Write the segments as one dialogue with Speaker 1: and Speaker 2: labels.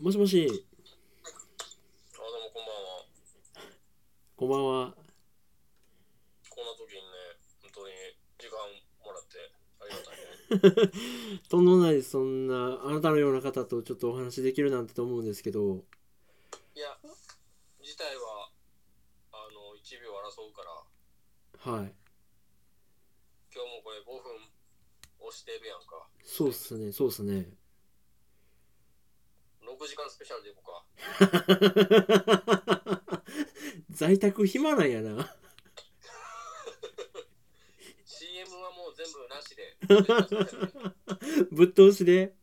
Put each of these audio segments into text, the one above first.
Speaker 1: もしもし、
Speaker 2: あ、どうもこんばんは。
Speaker 1: こんばんは。
Speaker 2: こんな時にね、本当に時間もらってありがたいね。
Speaker 1: とんでもないですそんな、あなたのような方とちょっとお話できるなんてと思うんですけど、
Speaker 2: いや、自体は、あの、1秒争うから、
Speaker 1: はい。
Speaker 2: 今日もこれ5分押してるやんか。
Speaker 1: そうっすね、そうっすね。
Speaker 2: 6時間スペシャルでいこうか。
Speaker 1: 在宅暇なんやな。
Speaker 2: CM はもう全部なしで。
Speaker 1: ぶっ通しで。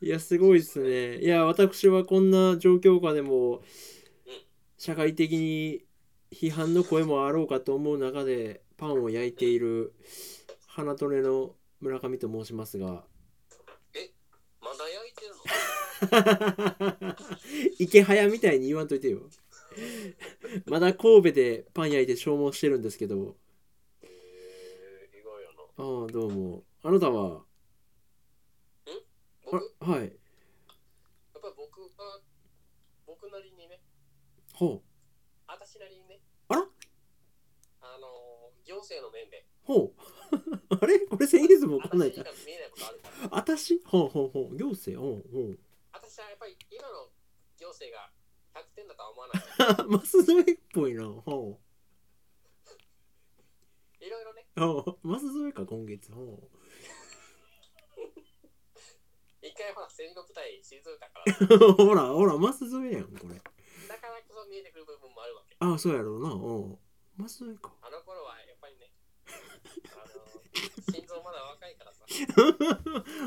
Speaker 1: いや、すごいっすね。いや、私はこんな状況下でも
Speaker 2: うん、
Speaker 1: 社会的に批判の声もあろうかと思う中で、パンを焼いている、花トレの村上と申しますが、
Speaker 2: まだ焼いてるの
Speaker 1: 池早みたいに言わんといてよまだ神戸でパン焼いて消耗してるんですけど
Speaker 2: えー、意外やな。
Speaker 1: ああどうもあなたは
Speaker 2: 僕、や
Speaker 1: あはい
Speaker 2: っぱり僕が、僕なりにね、
Speaker 1: ほう
Speaker 2: 私なりにね。
Speaker 1: あら
Speaker 2: あの、行政の面で。
Speaker 1: ほう あれこれ先月も来ない
Speaker 2: 私に
Speaker 1: か
Speaker 2: は見えないことあるから。
Speaker 1: あたしほうほうほう行政ほうほ う
Speaker 2: 私はやっぱり今の行政が100点だとは思わない。
Speaker 1: あマス添えっぽいなほ
Speaker 2: いろいろね、
Speaker 1: うほうマス添えか今月ほ
Speaker 2: 一回ほら、戦国隊退いたから、だ
Speaker 1: う ほらほらマス添えやんこれ
Speaker 2: からこそ見えてくる部分もあるわけ。
Speaker 1: ああそうやろうなおうマス添えか
Speaker 2: あの頃はやっぱりね、あの、心臓まだ若いからさ、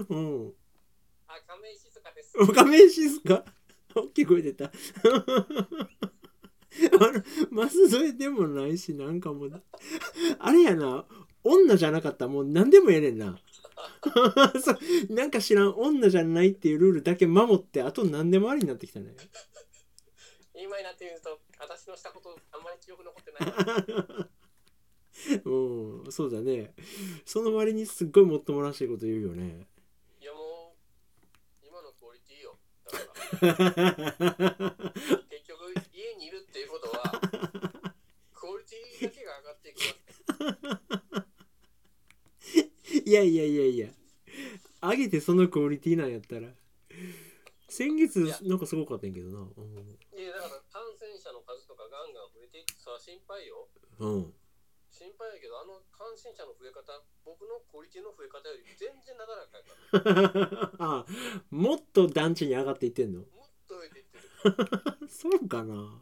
Speaker 1: うん
Speaker 2: あ、亀井静香です。
Speaker 1: 亀井静か大きい声出た あのマス添えでもないしなんかもうあれやな女じゃなかったらもう何でもええねんな そうなんか知らん女じゃないっていうルールだけ守ってあと何でもありになってきたね
Speaker 2: 今になって言うと、私のしたことあんまり記憶残ってない。
Speaker 1: うんそうだねその割にすっごいもっともらしいこと言うよね
Speaker 2: いやもう、今のクオリティよ。だから、結局家にいるっていうことは、クオリティだけが上がっていくわけ。
Speaker 1: いやいやいやいや上げてそのクオリティなんやったら先月なんかすごかったんやけどなう
Speaker 2: いやだから感染者の数とかガンガン増えていってさ心配よ
Speaker 1: ん、うん、
Speaker 2: 心配やけどあの感染者の増え方僕のクオリティの増え方より全然なだらかやから
Speaker 1: あもっと団地に上がっていってんの
Speaker 2: もっと増えていってる
Speaker 1: そうかな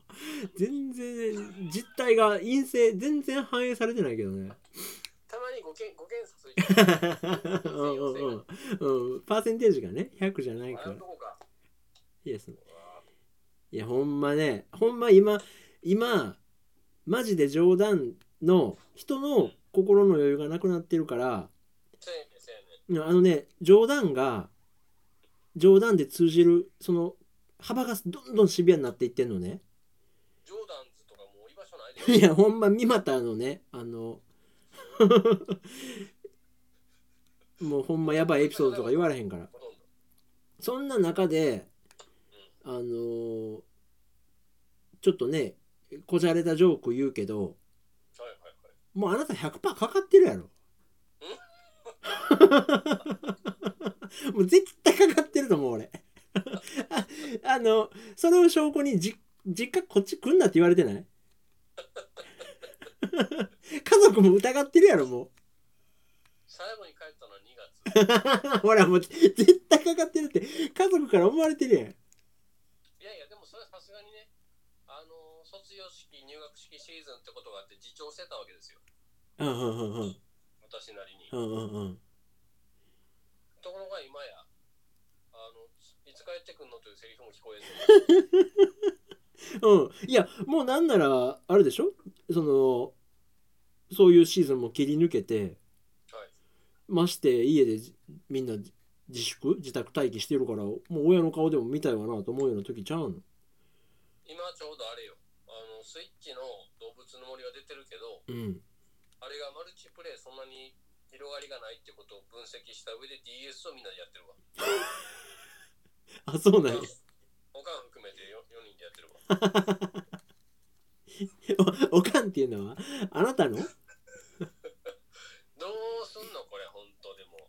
Speaker 1: 全然実態が陰性全然反映されてないけどね
Speaker 2: たまに5件五件差ついてる
Speaker 1: うんうんうんうんパーセンテージがね100じゃないか
Speaker 2: あ
Speaker 1: ら
Speaker 2: のとこか
Speaker 1: いやその
Speaker 2: うわー
Speaker 1: いやほんまねほんま今今マジで冗談の人の心の余裕がなくなってるから
Speaker 2: せやねんせやねん
Speaker 1: うんあのね冗談が冗談で通じるその幅がどんどんシビアになっていってんのね
Speaker 2: ジョーダンズとかもう居場所ないで
Speaker 1: いやほんま三股のねあのもうほんまやばいエピソードとか言われへんから
Speaker 2: ほとんど
Speaker 1: そんな中であのーちょっとねこじゃれたジョーク言うけど
Speaker 2: はいはいはい
Speaker 1: もうあなた100%かかってるやろもう絶対かかってると思う俺 ああのそれを証拠にじ実家こっち来んなって言われてない 家族も疑ってるやろ も
Speaker 2: 最後に帰ったのは2月
Speaker 1: うほらもう絶対かかってるって家族から思われてるやん
Speaker 2: いやいやでもそれはさすがにねあのー卒業式入学式シーズンってことがあって自重してたわけですよ
Speaker 1: うんうんうんうん
Speaker 2: 私なりに
Speaker 1: うんうんうん
Speaker 2: ところが今やあのいつ帰ってくんのというセリフも聞こえず
Speaker 1: うん、いやもうなんならあれでしょそのそういうシーズンも切り抜けて
Speaker 2: はい
Speaker 1: まして家でじみんな自自粛自宅待機してるからもう親の顔でも見たいわなと思うような時ちゃうの
Speaker 2: 今ちょうどあれよあのスイッチの動物の森が出てるけど
Speaker 1: うん
Speaker 2: あれがマルチプレイそんなに広がりがないってことを分析した上で DS をみんなでやってるわ
Speaker 1: あそう
Speaker 2: お
Speaker 1: な
Speaker 2: か
Speaker 1: ん
Speaker 2: ん
Speaker 1: や
Speaker 2: おかん含めて 4, 四人でやってるわ。
Speaker 1: おおかんっていうのはあなたの
Speaker 2: どうすんのこれ、本当でも。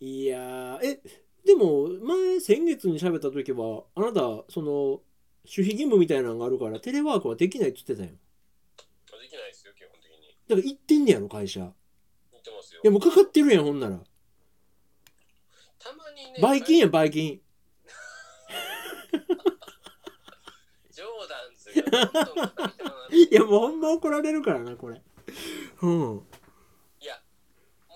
Speaker 1: いやーえでも前先月に喋った時はあなたその守秘義務みたいなのがあるからテレワークはできないっつってたよ
Speaker 2: できないですよ、基本的に。
Speaker 1: だから行ってんねやろ会社
Speaker 2: 言ってますよ。
Speaker 1: いやもうかかってるやんほんなら
Speaker 2: たまにね、
Speaker 1: ばい菌やんばい菌
Speaker 2: 冗談ですよ。どんどん語り手がなる
Speaker 1: いやもうほんま怒られるからなこれうん
Speaker 2: いや、もう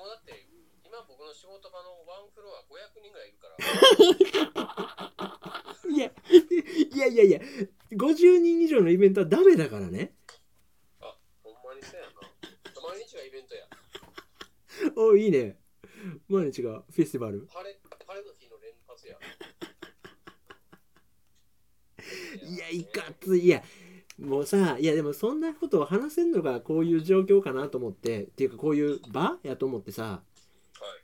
Speaker 2: だって、今僕の仕事場のワンフロア500人ぐらいいるから、
Speaker 1: いやいやいやいや50人以上のイベントはダメだからね
Speaker 2: ほんまにそうやな。毎日はイベントや。
Speaker 1: おいいね毎日がフェスティバル
Speaker 2: 晴れ、晴れの日の連発や。
Speaker 1: いや
Speaker 2: ね
Speaker 1: いかついいやもうさいやでもそんなことを話せんのがこういう状況かなと思ってっていうかこういう場やと思ってさ
Speaker 2: は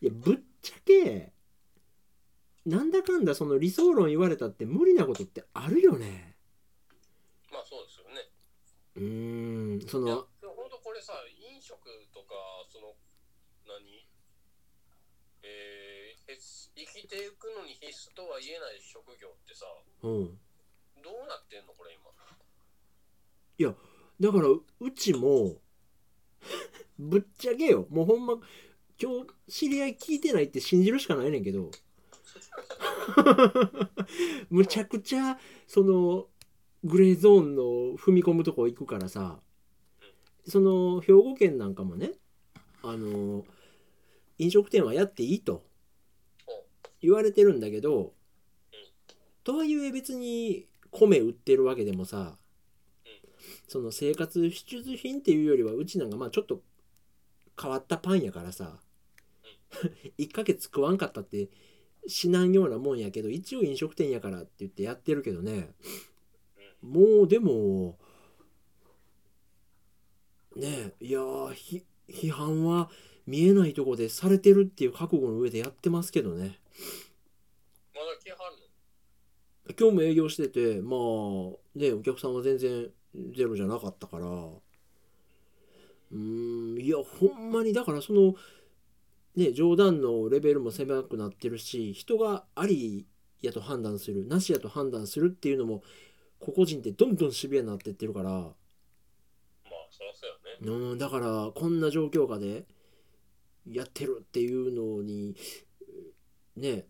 Speaker 2: い。
Speaker 1: いやぶっちゃけなんだかんだその理想論言われたって無理なことってあるよね
Speaker 2: まあそうですよね。
Speaker 1: うーんそ
Speaker 2: いや
Speaker 1: の、
Speaker 2: でも本当これさ、飲食とか、その、何えー、へつ生きていくのに必須とは言えない職業ってさ、
Speaker 1: うん
Speaker 2: どうなってんのこれ今。
Speaker 1: だからうちも ぶっちゃけよもうほんま今日知り合い聞いてないって信じるしかないねんけど むちゃくちゃそのグレーゾーンの踏み込むとこ行くからさその兵庫県なんかもねあの飲食店はやっていいと言われてるんだけどとはいえ別に米売ってるわけでもさその生活必需品っていうよりはうちなんかまあちょっと変わったパンやからさ 1ヶ月食わんかったって死なんようなもんやけど一応飲食店やからって言ってやってるけどねもうでもねえいやーひ批判は見えないとこでされてるっていう覚悟の上でやってますけどね
Speaker 2: まだ来はるの
Speaker 1: 今日も営業しててまあねお客さんは全然ゼロじゃなかったからうーんいやほんまにだからそのね冗談のレベルも狭くなってるし人がありやと判断するなしやと判断するっていうのも個々人ってどんどんシビアになってってるから
Speaker 2: まあ、そらそうやね。
Speaker 1: うんだからこんな状況下でやってるっていうのにね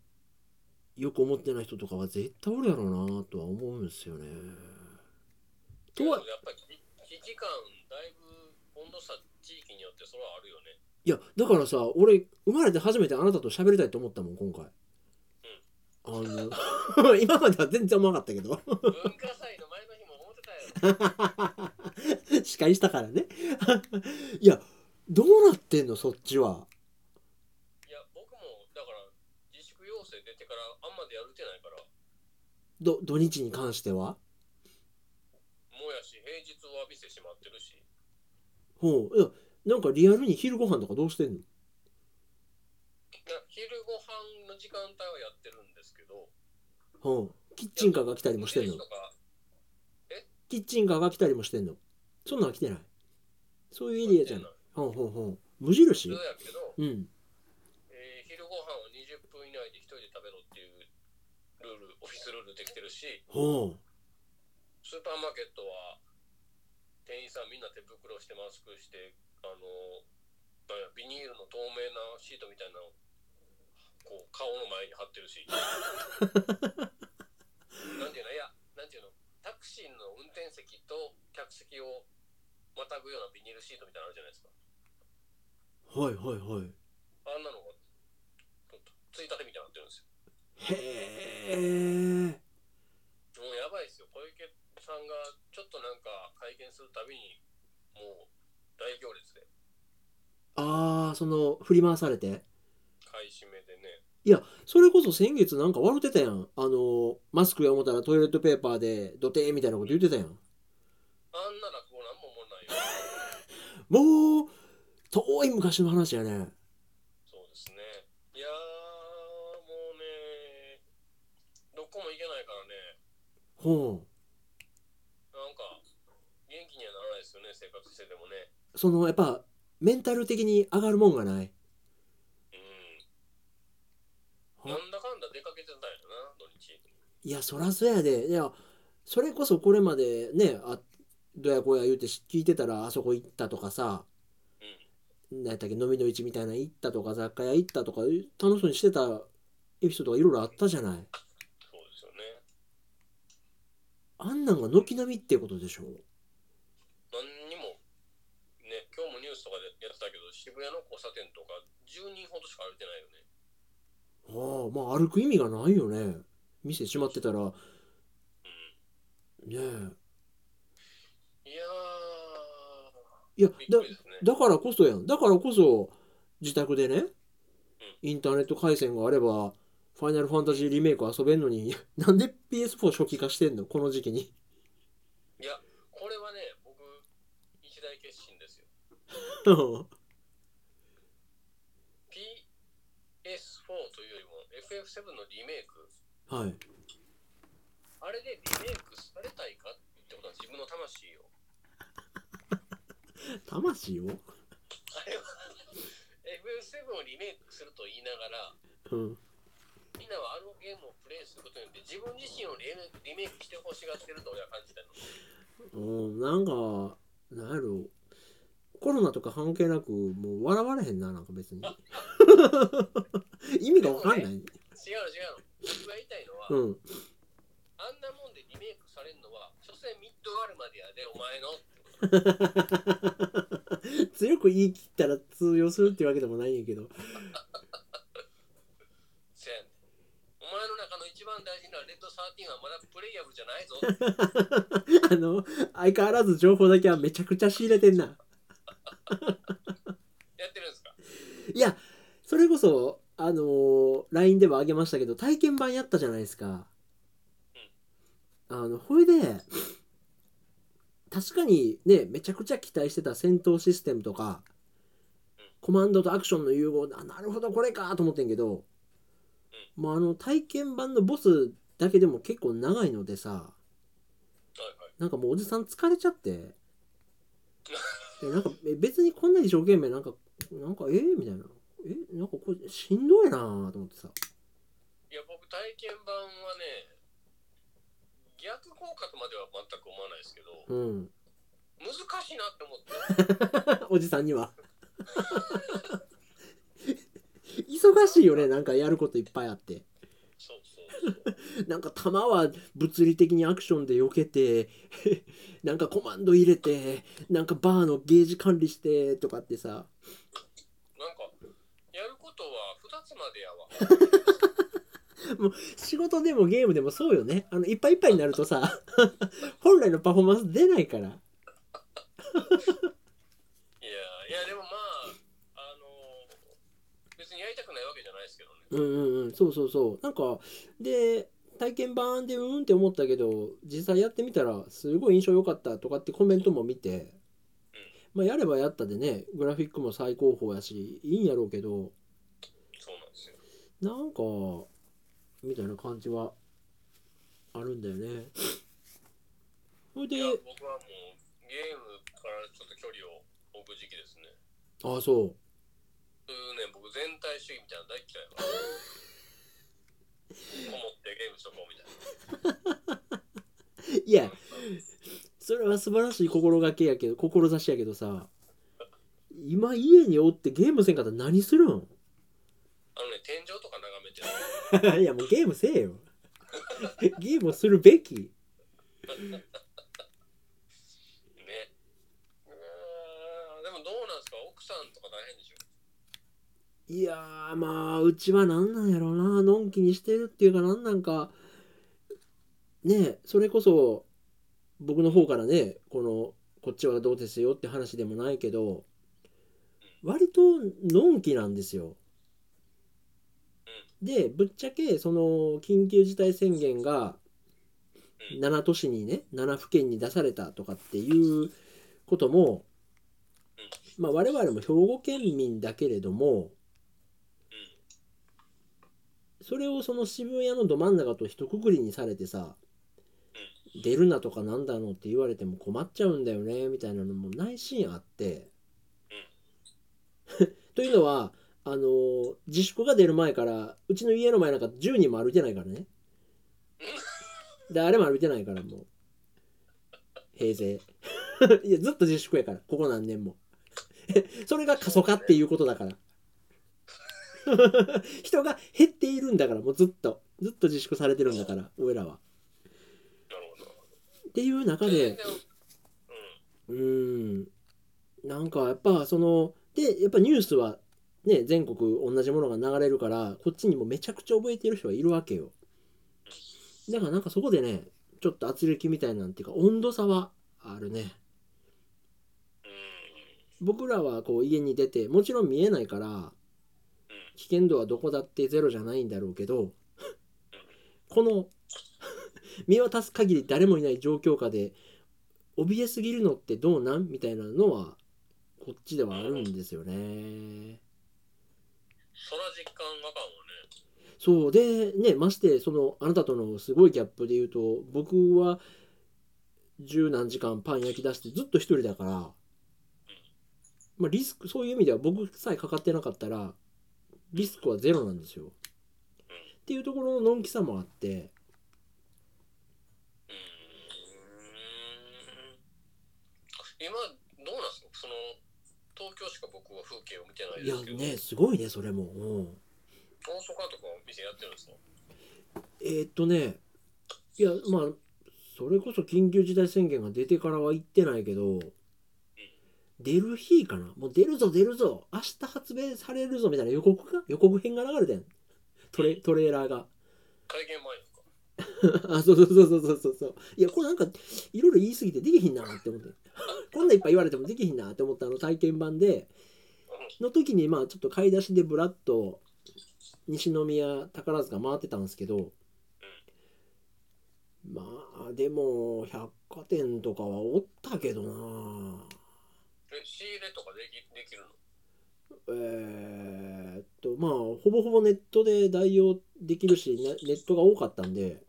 Speaker 1: よく思ってない人とかは絶対おるやろうなとは思うんですよね。とは
Speaker 2: やっぱり危機感、だいぶ温度差、地域によってそれはあるよね。
Speaker 1: いやだからさ俺生まれて初めてあなたと喋りたいと思ったもん今回。あの 今までは全然思わなかったけど
Speaker 2: 文化祭の前の日も思ってたよ。
Speaker 1: 司会したからね いやどうなってんのそっちはい
Speaker 2: や、僕も、だから、自粛要請出てから、あんまでやるてないから、
Speaker 1: ど土日に関しては
Speaker 2: もやし、平日は店閉まってるし、
Speaker 1: ほういやなんかリアルに昼ご飯とかどうしてんの
Speaker 2: いや昼ご飯の時間帯はやってるんですけど、
Speaker 1: うん、キッチンカーが来たりもしてんの
Speaker 2: イメージとか
Speaker 1: キッチンカーが来たりもしてんのそんなん来てないそういうエリアじゃん
Speaker 2: やっ
Speaker 1: ほんほんほん無
Speaker 2: て
Speaker 1: 印
Speaker 2: ないそうやけど、
Speaker 1: うん
Speaker 2: えー昼ご飯を20分以内で一人で食べろっていうルール、オフィスルールできてるし、
Speaker 1: ほ
Speaker 2: スーパーマーケットは、店員さんみんな手袋してマスクして、あの、なんやビニールの透明なシートみたいなのをこう、顔の前に貼ってるし。なんていうのいや、なんていうのタクシーの運転席と客席をまたぐようなビニールシートみたいなのあるじゃないですか。
Speaker 1: うはいはいはい
Speaker 2: あんなのが、ついたてみたいになってるんですよ。
Speaker 1: へえ
Speaker 2: もうやばいですよ、小池さんがちょっとなんか会見するたびに、もう大行列で、
Speaker 1: ああその振り回されて
Speaker 2: 買い占めでね、
Speaker 1: それこそ先月なんか笑ってたやんあのマスクや思ったらトイレットペーパーでドテーみたいなこと言ってたやん
Speaker 2: あんならこうなんも思わないよ。
Speaker 1: もう遠い昔の話やね
Speaker 2: そうですね。いやー、もうね、どこも
Speaker 1: ほ
Speaker 2: なんか、元気にはならないですよね、生活しててもね。
Speaker 1: うそのやっぱメンタル的に上がるもんがない
Speaker 2: うん。なんだかんだ出かけてたんやな、土日。
Speaker 1: いやそらそやでいやそれこそこれまでねあどやこや言うてし聞いてたらあそこ行ったとかさ
Speaker 2: うん。
Speaker 1: 何やったっけ飲みの市みたいなの行ったとか雑貨屋行ったとか楽しそうにしてたエピソードがいろいろあったじゃない
Speaker 2: そうですよね。
Speaker 1: あんなんが軒並みってことでしょ
Speaker 2: 何にも、ね、今日もニュースとかでやってたけど、渋谷の交差点とか、10人ほどしか歩いてないよね。
Speaker 1: ああまあ歩く意味がないよね店閉まってたらね
Speaker 2: うん。い
Speaker 1: え
Speaker 2: やー、
Speaker 1: いや
Speaker 2: びっ
Speaker 1: だ
Speaker 2: くりですね。
Speaker 1: だからこそやんだからこそ自宅でねインターネット回線があれば「ファイナルファンタジーリメイク」遊べんのに なんで PS4 初期化してんのこの時期に
Speaker 2: いや、これはね、僕、一大決心ですよ。PS4 というよりも、FF7 のリメイク、
Speaker 1: はい
Speaker 2: あれでリメイクされたいかってことは自分の魂を。
Speaker 1: 魂を
Speaker 2: あれは FF7 をリメイクすると言いながら、
Speaker 1: うん
Speaker 2: みんなはあのゲームをプレイすることによって自分自身をリメリメイクしてほしがってると俺は感じたの。
Speaker 1: うんなんかなんやろコロナとか関係なくもう笑われへんななんか別 に意味がわかんない、
Speaker 2: 違うの違うの。僕が言いたいのは、
Speaker 1: うん
Speaker 2: あんなもんでリメイクされるのは、所詮ミッドガルまでやで、お前の。
Speaker 1: 強く言い切ったら通用するっていうわけでもないんやけど
Speaker 2: せやねんお前の中の一番大事なレッド13はまだプレイヤブルじゃないぞ。
Speaker 1: あの相変わらず情報だけはめちゃくちゃ仕入れてんな
Speaker 2: やってるんですか
Speaker 1: いやそれこそあのー LINE ではあげましたけど体験版やったじゃないですかあのほいで確かにねめちゃくちゃ期待してた戦闘システムとかコマンドとアクションの融合あなるほどこれかと思ってんけどもうあの体験版のボスだけでも結構長いのでさ
Speaker 2: はいはい。
Speaker 1: なんかもうおじさん疲れちゃってでなんかえ別にこんなに一生懸命なんかなんかえー、みたいなえなんかこれしんどいなと思ってさ
Speaker 2: いや、僕、体験版はね、逆効果とまでは全く思わないですけど、
Speaker 1: うん
Speaker 2: 難しいなって思って、
Speaker 1: おじさんには 忙しいよねなんかやることいっぱいあって
Speaker 2: そうそうそう。
Speaker 1: なんか弾は物理的にアクションで避けて なんかコマンド入れてなんかバーのゲージ管理してとかってさ
Speaker 2: なんか、やることは2つまでやわ。
Speaker 1: 仕事でもゲームでもそうよねあのいっぱいいっぱいになるとさ本来のパフォーマンス出ないか
Speaker 2: い
Speaker 1: ら
Speaker 2: や、いや、でもまあ、あの、別にやりたくないわけじゃないですけどね。
Speaker 1: うんうんうんそうそうそうなんかで体験版でうんって思ったけど実際やってみたらすごい印象良かったとかってコメントも見て、まあ、やればやったでねグラフィックも最高峰やしいいんやろうけど
Speaker 2: そうなんですよ。
Speaker 1: なんかみたいな感じはあるんだよねそれ
Speaker 2: い
Speaker 1: で
Speaker 2: や、僕はもう、ゲームからちょっと距離を置く時期ですね。
Speaker 1: ああそう
Speaker 2: そういうね、僕、全体主義みたいなの大嫌い やわ。こもってゲームしとこうみたい
Speaker 1: いや
Speaker 2: な。
Speaker 1: それは素晴らしい心がけやけど志やけどさ今家におってゲームせんかったら何するん
Speaker 2: あのね、天井とか眺めてる。
Speaker 1: いやもうゲームせえよ ゲームをするべき
Speaker 2: ね。うーんでもどうなんですか奥さんとか大変でしょ
Speaker 1: いやーまあうちは何なんやろうなのんきにしてるっていうか何なんかねえそれこそ僕の方からねこのこっちはどうですよって話でもないけど割とのんきなんですよ。でぶっちゃけその緊急事態宣言が7都市にね7府県に出されたとかっていうことも、まあ、我々も兵庫県民だけれどもそれをその渋谷のど真ん中と一括りにされてさ出るなとかなんだのって言われても困っちゃうんだよねみたいなのもないシーンあって。 というのはあのー自粛が出る前からうちの家の前なんか10人も歩いてないからね。誰も歩いてないからもう平成 いやずっと自粛やからここ何年も それが過疎化っていうことだから 人が減っているんだからもうずっとずっと自粛されてるんだから俺らは
Speaker 2: なるほど。
Speaker 1: っていう中
Speaker 2: 全
Speaker 1: で
Speaker 2: 然うん。
Speaker 1: うーんなんかやっぱそのでやっぱニュースはね全国同じものが流れるからこっちにもめちゃくちゃ覚えてる人はいるわけよだからなんかそこでねちょっと圧力みたいなんていうか温度差はあるね
Speaker 2: う
Speaker 1: 僕らはこう家に出てもちろん見えないから危険度はどこだってゼロじゃないんだろうけどこの見渡す限り誰もいない状況下で怯えすぎるのってどうなんみたいなのはこっちではあるんですよね。
Speaker 2: ん。そら実感がかんわね。
Speaker 1: そうでねましてそのあなたとのすごいギャップで言うと僕は十何時間パン焼き出してずっと一人だから、まあ、リスクそういう意味では僕さえかかってなかったらリスクはゼロなんですよ。っていうところののんきさもあって
Speaker 2: うーん。今、どうなんですかその、東京しか僕は風景を見てない
Speaker 1: いや
Speaker 2: ですけど、
Speaker 1: ねすごいねそれも。う
Speaker 2: 大
Speaker 1: ん
Speaker 2: 阪とかお店やってるんですか
Speaker 1: えーっとねいやまあそれこそ緊急事態宣言が出てからは行ってないけど出る日かなもう出るぞ出るぞ明日発売されるぞみたいな予告が予告編が流れてんトレトレーラーが
Speaker 2: 会見前ですか
Speaker 1: あそうそうそうそうそうそうそういやこれなんかいろいろ言い過ぎてできひんなって思って こんないっぱい言われてもできひんなって思ったあの体験版での時にまあちょっと買い出しでブラッと西宮宝塚回ってたんですけどまあでも百貨店とかはおったけどな
Speaker 2: え、仕入れとかできできるの
Speaker 1: えーっとまあほぼほぼネットで代用できるしねネットが多かったんで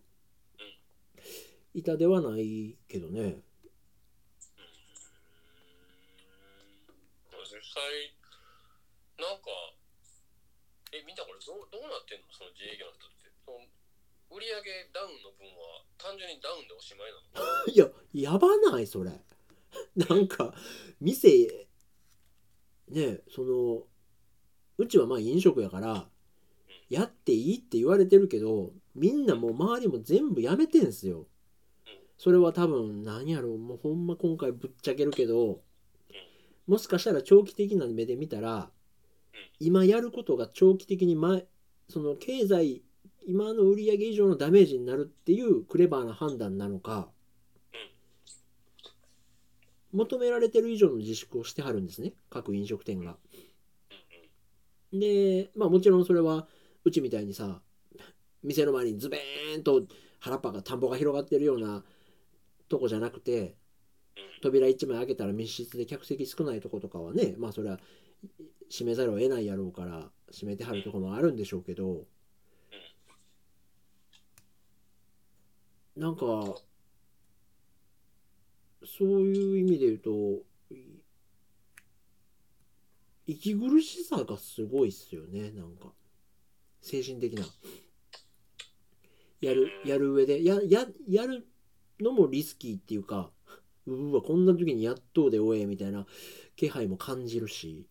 Speaker 1: 板ではないけどね
Speaker 2: 実際なんかえみんなこれどうどうなってんのその自営業の人ってその売上ダウンの分は単純にダウンでおしまいなの
Speaker 1: いややばないそれ なんか店ねそのうちはまあ飲食やからやっていいって言われてるけどみんなもう周りも全部やめてんすよそれは多分何やろうもうほんま今回ぶっちゃけるけどもしかしたら長期的な目で見たら今やることが長期的に前その経済今の売り上げ以上のダメージになるっていうクレバーな判断なのか求められてる以上の自粛をしてはるんですね各飲食店が。でまあもちろんそれはうちみたいにさ店の前にズベーンと原っぱが田んぼが広がってるようなとこじゃなくて扉1枚開けたら密室で客席少ないとことかはねまあそれは閉めざるを得ないやろうから閉めてはるとこもあるんでしょうけどなんかそういう意味で言うとい息苦しさがすごいっすよねなんか精神的なやるやる上でやややるのもリスキーっていうかうわこんな時にやっとうでおえみたいな気配も感じるし、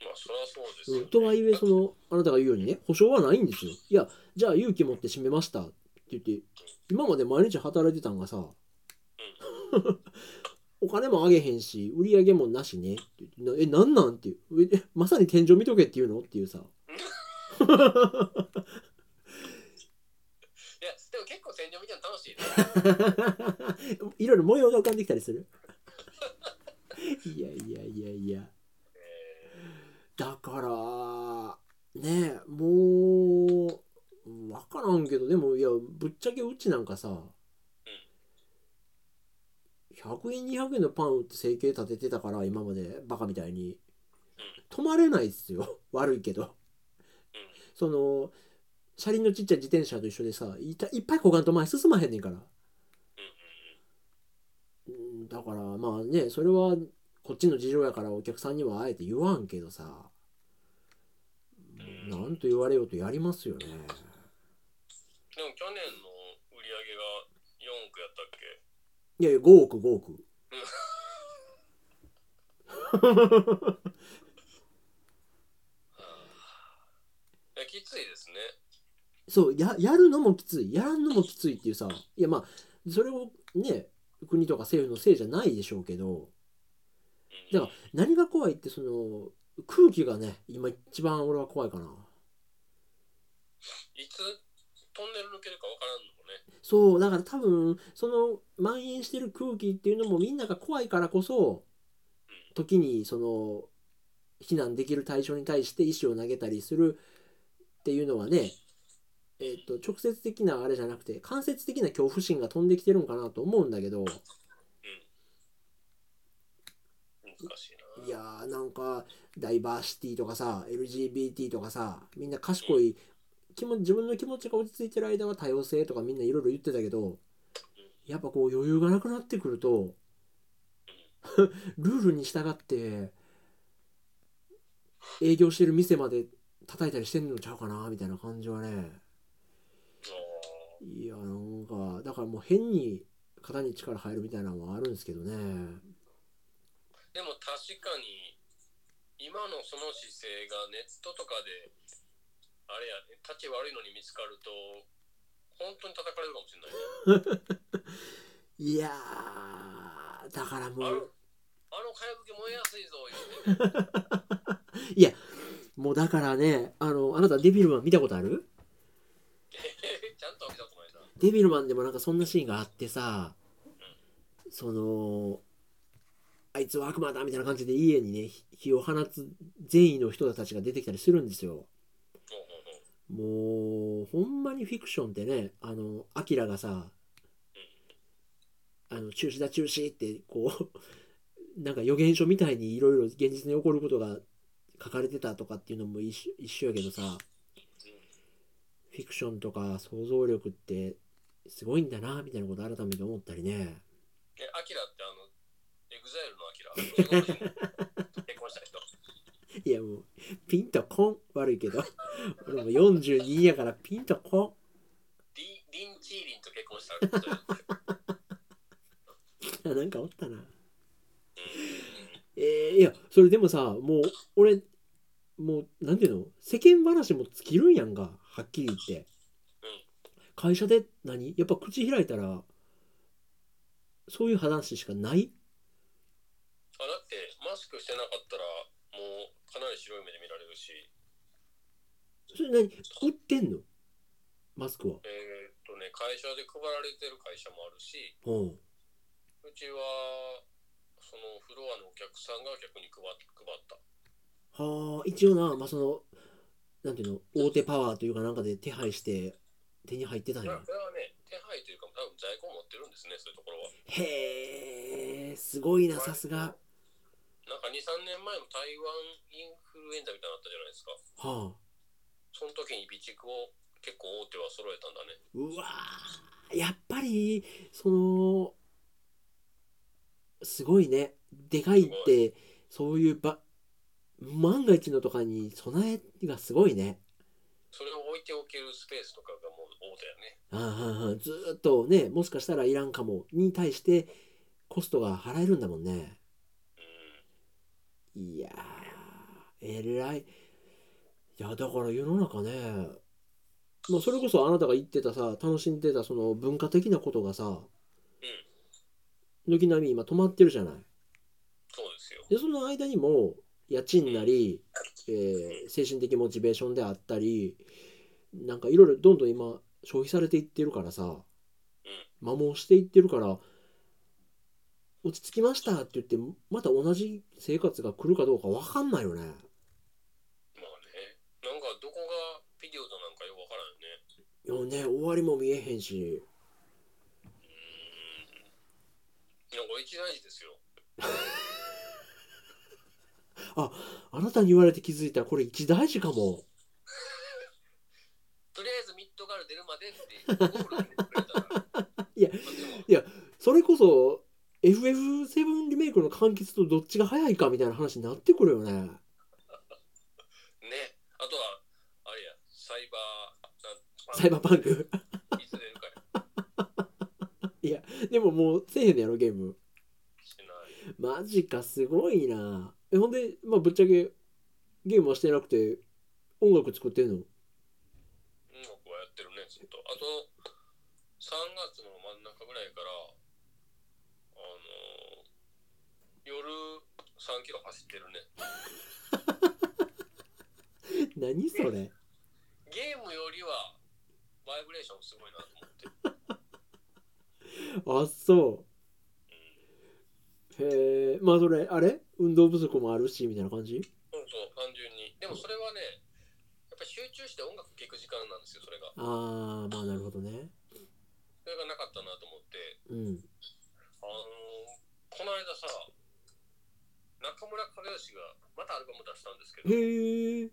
Speaker 2: まあそりゃそうです
Speaker 1: う
Speaker 2: よ、
Speaker 1: ん、とはいえそのあなたが言うようにね保証はないんですよいやじゃあ勇気持って閉めましたって言って今まで毎日働いてたんがさお金も上げへんし売り上げもなしねって言ってなえなんなんっていうえまさに天井見とけっていうのっていうさ
Speaker 2: いやでも結構戦場みたいなの楽しいね
Speaker 1: いろいろ模様が浮かんできたりするいやいやいやいや
Speaker 2: え
Speaker 1: だからねもうわからんけどでもいやぶっちゃけうちなんかさ100円200円のパン売って生計立ててたから今までバカみたいに止まれないっすよ 悪いけどその車輪のちっちゃい自転車と一緒でさいたいっぱいこがんと前進まへんねんからだからまあねそれはこっちの事情やからお客さんにはあえて言わんけどさなんと言われようとやりますよね
Speaker 2: でも去年の売り上げが4億やったっけ
Speaker 1: いやいや5億5億
Speaker 2: いやきついですね
Speaker 1: そうややるのもきついやらんのもきついっていうさいやまあそれをね国とか政府のせいじゃないでしょうけど
Speaker 2: うん
Speaker 1: だから何が怖いってその空気がね今一番俺は怖いかない
Speaker 2: つトンネル抜けるか分からんのもね
Speaker 1: そうだから多分その蔓延してる空気っていうのもみんなが怖いからこそ時にその避難できる対象に対して石を投げたりするっていうのはね、えっと直接的なあれじゃなくて間接的な恐怖心が飛んできてるんかなと思うんだけど
Speaker 2: 難しいない
Speaker 1: やーなんかダイバーシティとかさ LGBT とかさみんな賢い気も自分の気持ちが落ち着いてる間は多様性とかみんないろいろ言ってたけどやっぱこう余裕がなくなってくると ルールに従って営業してる店まで叩いたりしてんのちゃうかなみたいな感じはね
Speaker 2: あ
Speaker 1: いやなんかだからもう変に肩に力入るみたいなのはあるんですけどね
Speaker 2: ーでも確かに今のその姿勢がネットとかであれやね立ち悪いのに見つかると本当に叩かれるかもしれないね
Speaker 1: いやーだからも
Speaker 2: あ
Speaker 1: う
Speaker 2: のあのかやぶき燃えやすいぞ言うて
Speaker 1: もうだからね、あの、あなたデビルマン見たことある
Speaker 2: ちゃんとは見たことないな
Speaker 1: デビルマンでもなんかそんなシーンがあってさ、その、あいつは悪魔だみたいな感じで家にね、火火を放つ善意の人たちが出てきたりするんですよ。
Speaker 2: ほうほうほう
Speaker 1: もう、ほんまにフィクションってね、あの、アキラがさ、あの、中止だ中止って、こう、 なんか予言書みたいにいろいろ現実に起こることが書かれてたとかっていうのも一緒一緒やけどさ、フィクションとか想像力ってすごいんだなみたいなこと改めて思ったりね
Speaker 2: え、アキラってあの、エグザイルのアキラ。結婚した人。
Speaker 1: いやもうピンとこん悪いけど 俺も42やからピンとこ
Speaker 2: リリン・チーリンと結婚した人。
Speaker 1: んあなんかおったなえー、いやそれでもさもう俺もうなんていうの世間話も尽きるんやんかはっきり言って、会社で何やっぱ口開いたらそういう話しかない
Speaker 2: あだって、マスクしてなかったら、もうかなり白い目で見られるし、
Speaker 1: それ何売ってんのマスクは
Speaker 2: えーっとね、会社で配られてる会社もあるし、
Speaker 1: うん
Speaker 2: うちは、そのフロアのお客さんが逆に配っ配った。
Speaker 1: はあ一応な、まあ、そのなんていうの大手パワーというかなんかで手配して手に入ってたん
Speaker 2: だ
Speaker 1: や
Speaker 2: からこれはね、手配というか、多分在庫を持ってるんですね、そういうところは。
Speaker 1: へえすごいなさすが
Speaker 2: なんか2、3年前の台湾インフルエンザみたいなのあったじゃないですか。
Speaker 1: はあ
Speaker 2: その時に備蓄を結構大手は揃えたんだね。
Speaker 1: うわーやっぱりそのすごいねでかいってそういうば万が一のとかに備えがすごいね
Speaker 2: それを置いておけるスペースとかがもう大手やね。
Speaker 1: ああああずーっとねもしかしたらいらんかもに対してコストが払えるんだもんね
Speaker 2: うん。
Speaker 1: いやー、えらい。いや、だから世の中ね、まあ、それこそあなたが言ってたさ、楽しんでたその文化的なことがさ、軒並み今止まってるじゃない。
Speaker 2: そうですよ。
Speaker 1: で、その間にも、家賃なり、えー精神的モチベーションであったり、なんかいろいろどんどん今、消費されていってるからさ、摩耗していってるから、落ち着きましたって言って、また同じ生活が来るかどうか分かんないよね。
Speaker 2: まあね。なんかどこがピリオドなんかよくわからんよね。
Speaker 1: いやね終わりも見えへんし
Speaker 2: なんか一大事ですよ。
Speaker 1: あなたに言われて気づいたらこれ一大事かも
Speaker 2: とりあえずミッドガル出るまでって、ゴールで言ってくれたら。
Speaker 1: いや
Speaker 2: こっちも
Speaker 1: それこそ FF7 リメイクの完結とどっちが早いかみたいな話になってくるよね
Speaker 2: ねあとはあれやサイバー
Speaker 1: サイバーパンク
Speaker 2: ク いつ出るかや
Speaker 1: でももうせえへんのやろゲーム
Speaker 2: しない
Speaker 1: マジかすごいなえほんで、まあ、ぶっちゃけゲームはしてなくて音楽作ってんの
Speaker 2: 音楽はやってるねずっとあと3月の真ん中ぐらいからあのー夜3キロ走ってるね
Speaker 1: 何それ
Speaker 2: ゲームよりはバイブレーションすごいなと思って
Speaker 1: あそうへえまあそれあれ運動不足もあるしみたいな感じ
Speaker 2: そうそう単純にでもそれはねやっぱ集中して音楽聴く時間なんですよそれが
Speaker 1: ああまあなるほどね
Speaker 2: それがなかったなと思って
Speaker 1: うん
Speaker 2: あのーこの間さ中村景義がまたアルバム出したんですけど
Speaker 1: へえ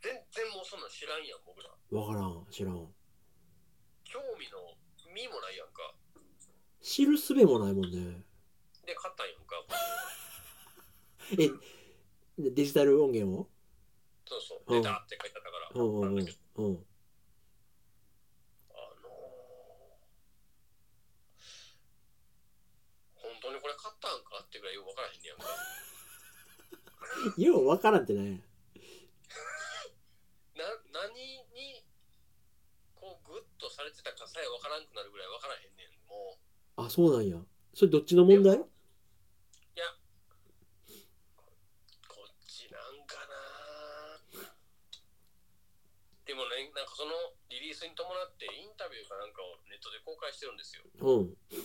Speaker 2: 全然もうそんなん知らんやん僕ら
Speaker 1: わからん知らん
Speaker 2: 興味の身もないやんか
Speaker 1: 知るすべもないもんね
Speaker 2: で買ったんやんか
Speaker 1: でデジタル音源を
Speaker 2: そうそう
Speaker 1: う
Speaker 2: 出
Speaker 1: ん
Speaker 2: たって書いてあったから
Speaker 1: うん
Speaker 2: 買ったんだ
Speaker 1: うんうん
Speaker 2: けど
Speaker 1: うん
Speaker 2: あのー本当にこれ買ったんかってぐらいよく分からへんねやんか
Speaker 1: ようわからんってね
Speaker 2: な何にこうグッとされてたかさえ分からんくなるぐらい分からへんねんもう
Speaker 1: あそうなんやそれどっちの問題
Speaker 2: こっちなんかなでもねなんかそのリリースに伴ってインタビューかなんかをネットで公開してるんですよ
Speaker 1: うん
Speaker 2: で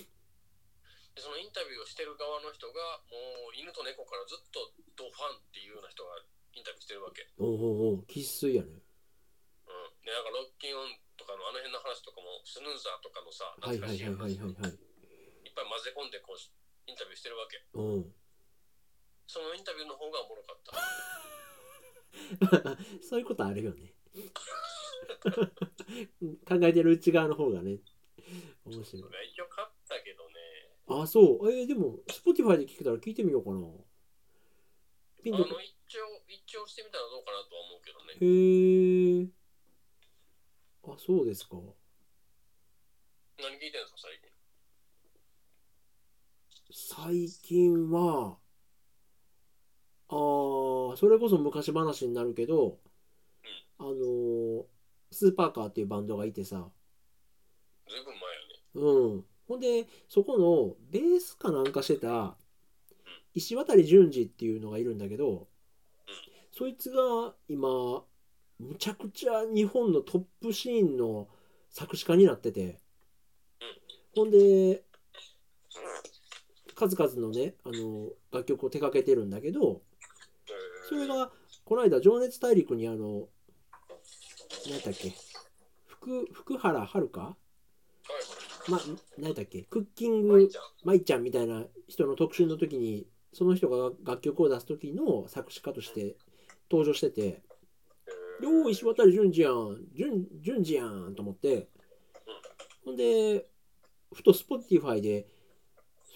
Speaker 2: そのインタビューをしてる側の人がもう犬と猫からずっとドファンっていうような人がインタビューしてるわけ
Speaker 1: おうおうおう生粋やね
Speaker 2: うん、でなんかロッキンオンとかのあの辺の話とかもスヌーザーとかのさ
Speaker 1: はい
Speaker 2: 懐
Speaker 1: は
Speaker 2: かしい
Speaker 1: いはいは
Speaker 2: 話
Speaker 1: いはいはい
Speaker 2: いっぱい混ぜ込んでこうしインタビューしてるわけ
Speaker 1: うん
Speaker 2: そのインタビューの方がおもろかった
Speaker 1: そういうことあるよね。 考えてる内側の方がね。面白い。
Speaker 2: 一応買ったけどね
Speaker 1: あ、そう。えーでも、Spotify で聞けたら聞いてみようかな。ピン
Speaker 2: あ
Speaker 1: と
Speaker 2: の
Speaker 1: こ。
Speaker 2: 一応一応してみたらどうかなとは思うけどね
Speaker 1: へー。あ、そうですか。
Speaker 2: 何聞いてんの最近
Speaker 1: 最近は、あー、それこそ昔話になるけど、あのースーパーカーっていうバンドがいてさ、
Speaker 2: ずいぶん前よね
Speaker 1: うん。ほんで、そこのベースかなんかしてた石渡淳二っていうのがいるんだけど、そいつが今、むちゃくちゃ日本のトップシーンの作詞家になってて、ほんで、数々のね、あの、楽曲を手掛けてるんだけど、それが、この間、情熱大陸にあの、何だっけ、福、福原遥
Speaker 2: はいはい
Speaker 1: ま、何だっけクッキン
Speaker 2: まい
Speaker 1: グ
Speaker 2: ちゃん
Speaker 1: 舞ちゃんみたいな人の特集の時にその人が楽曲を出す時の作詞家として登場してて「よー石渡淳二やん淳淳二やん」と思ってほんでふと Spotify で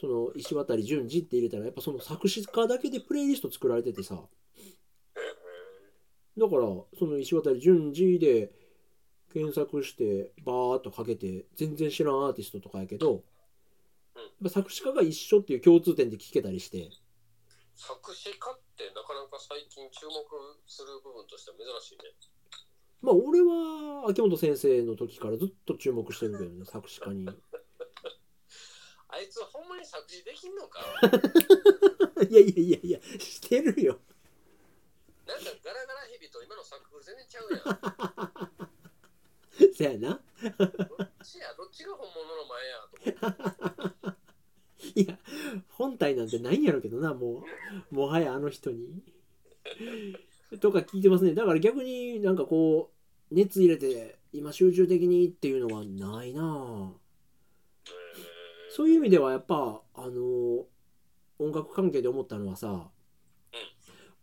Speaker 1: その石渡淳二って入れたらやっぱその作詞家だけでプレイリスト作られててさだからその石渡淳二で検索してバーっとかけて全然知らんアーティストとかやけど
Speaker 2: うん
Speaker 1: やっぱ作詞家が一緒っていう共通点で聞けたりして
Speaker 2: 作詞家ってなかなか最近注目する部分としては珍しいね
Speaker 1: まあ俺は秋元先生の時からずっと注目してるけど ね作詞家にい
Speaker 2: あいつほんまに作詞できんのか
Speaker 1: やいやいやいやしてるよ
Speaker 2: なんかガラガラヘビと今の作風全然ちゃうやん
Speaker 1: そやな
Speaker 2: どっちやどっちが本物の前やと思って
Speaker 1: いや本体なんてないんやろうけどなもうもはやあの人にとか聞いてますねだから逆になんかこう熱入れて今集中的にっていうのはないなぁそういう意味ではやっぱあの音楽関係で思ったのはさ、
Speaker 2: うん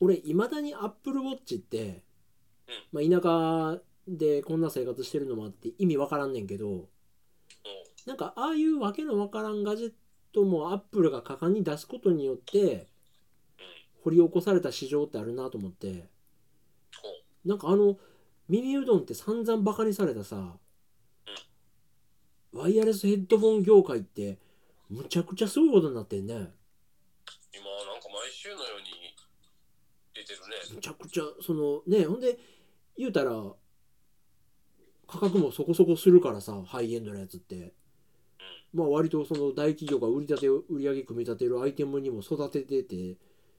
Speaker 1: 俺いまだに AppleWatch って、まあ、田舎でこんな生活してるのもあって意味わからんねんけどなんかああいうわけのわからんガジェッともアップルが果敢に出すことによって掘り起こされた市場ってあるなと思って
Speaker 2: ほう
Speaker 1: なんかあの耳うどんって散々バカにされたさワイヤレスヘッドフォン業界ってむちゃくちゃすごいことになってんね
Speaker 2: 今なんか毎週のように出てるね
Speaker 1: むちゃくちゃそのねほんで言うたら価格もそこそこするからさハイエンドのやつってまあ割とその大企業が売り立てを売り上げ組み立てるアイテムにも育ててて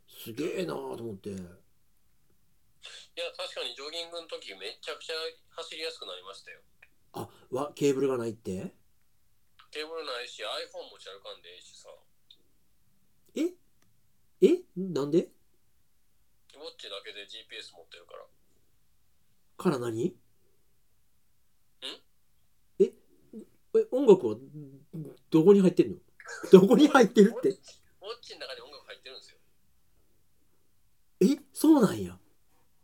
Speaker 1: すげえなーと思って
Speaker 2: いや確かにジョギングの時めちゃくちゃ走りやすくなりましたよ
Speaker 1: あわケーブルがないって
Speaker 2: ケーブルないし iPhone 持ち歩かんでええしさウ
Speaker 1: えなんで
Speaker 2: ォッチだけで GPS 持ってるから
Speaker 1: から何んええ音楽はどこに入ってんのどこに入ってるって
Speaker 2: ウォッチの中に音楽入ってるんですよ
Speaker 1: えそうなんや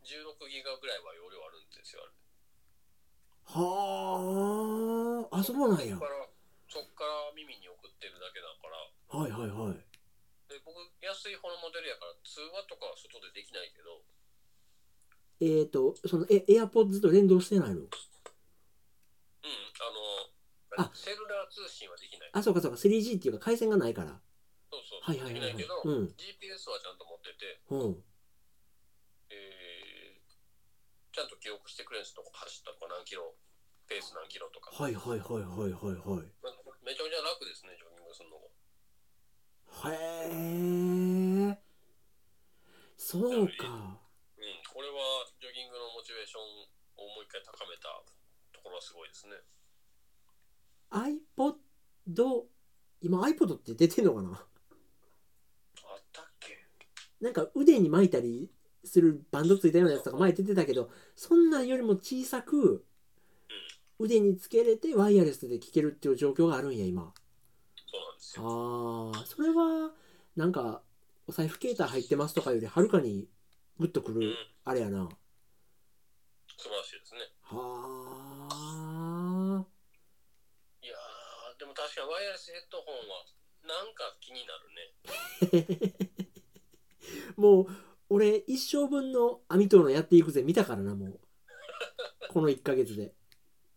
Speaker 2: 16ギガぐらいは容量あるんですよあれ
Speaker 1: はああそうなん
Speaker 2: そ
Speaker 1: や
Speaker 2: っからそっから耳に送ってるだけだから
Speaker 1: はいはいはい
Speaker 2: で僕安い方のモデルやから通話とかは外でできないけど
Speaker 1: えっ、ー、とそのえエアポッズと連動してないの
Speaker 2: うんあの
Speaker 1: あ
Speaker 2: セルラー通信はできない
Speaker 1: あそうかそうか 3G っていうか回線がないから
Speaker 2: そうそう、
Speaker 1: はいはいはいはい
Speaker 2: できないけど、
Speaker 1: うん
Speaker 2: GPS はちゃんと持ってて、
Speaker 1: うん
Speaker 2: えーちゃんと記憶してくれるんですよどこ走ったとか何キロペース何キロとか、
Speaker 1: はいはいはいはいはいはい
Speaker 2: まあめちゃめちゃ楽ですねジョギングするのが
Speaker 1: へえそ
Speaker 2: う
Speaker 1: うか
Speaker 2: んこれはジョギングのモチベーションをもう一回高めたところはすごいですね
Speaker 1: iPod 今 iPod って出てんのかな
Speaker 2: あったっけ
Speaker 1: なんか腕に巻いたりするバンドついたようなやつとか前出てたけどそんなんよりも小さく腕につけれてワイヤレスで聴けるっていう状況があるんや今
Speaker 2: そうなんです
Speaker 1: あ
Speaker 2: よ
Speaker 1: ーそれはなんかお財布ケーター入ってますとかよりはるかにグッとく
Speaker 2: う
Speaker 1: る
Speaker 2: ん
Speaker 1: あれやな
Speaker 2: 素晴らしいですね
Speaker 1: はあ
Speaker 2: いやーでも確かにワイヤレスヘッドホンはなんか気になるね
Speaker 1: もう俺一生分の網戸のやっていくぜ見たからなも うこの1ヶ月で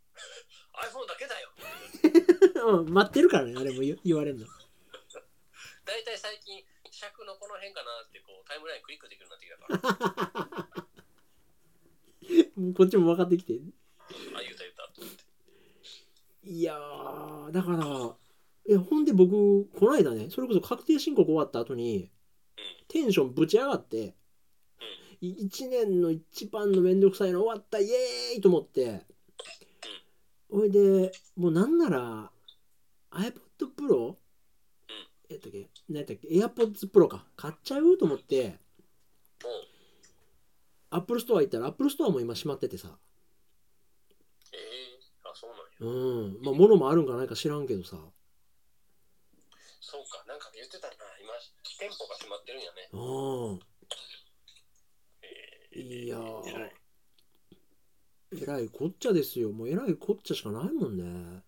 Speaker 2: iPhone だけだよ
Speaker 1: うん待ってるからねあれも言言われるの
Speaker 2: 大体最近尺のこの辺かなってこうタイムラインクリックできるようになってきたから
Speaker 1: もうこっちも分かってきて
Speaker 2: あ、言うた言うた。
Speaker 1: いやーだからえほんで僕この間ねそれこそ確定申告終わった後にテンションぶち上がって1年の一番のめんどくさいの終わったイエーイと思ってほいでもうなんなら iPod Pro? えっとけ何やったっけ AirPods Pro か買っちゃうと思って
Speaker 2: うん。うん。
Speaker 1: Apple Store 行ったら Apple Store も今閉まっててさ
Speaker 2: ええあ、そうなんや。
Speaker 1: うんまあ物もあるんかないか知らんけどさ
Speaker 2: そうか、なんか言ってたな。今、店舗が閉まってるんやね。
Speaker 1: うん
Speaker 2: ええ
Speaker 1: いやー
Speaker 2: 偉い
Speaker 1: えらいこっちゃですよもうえらいこっちゃしかないもんね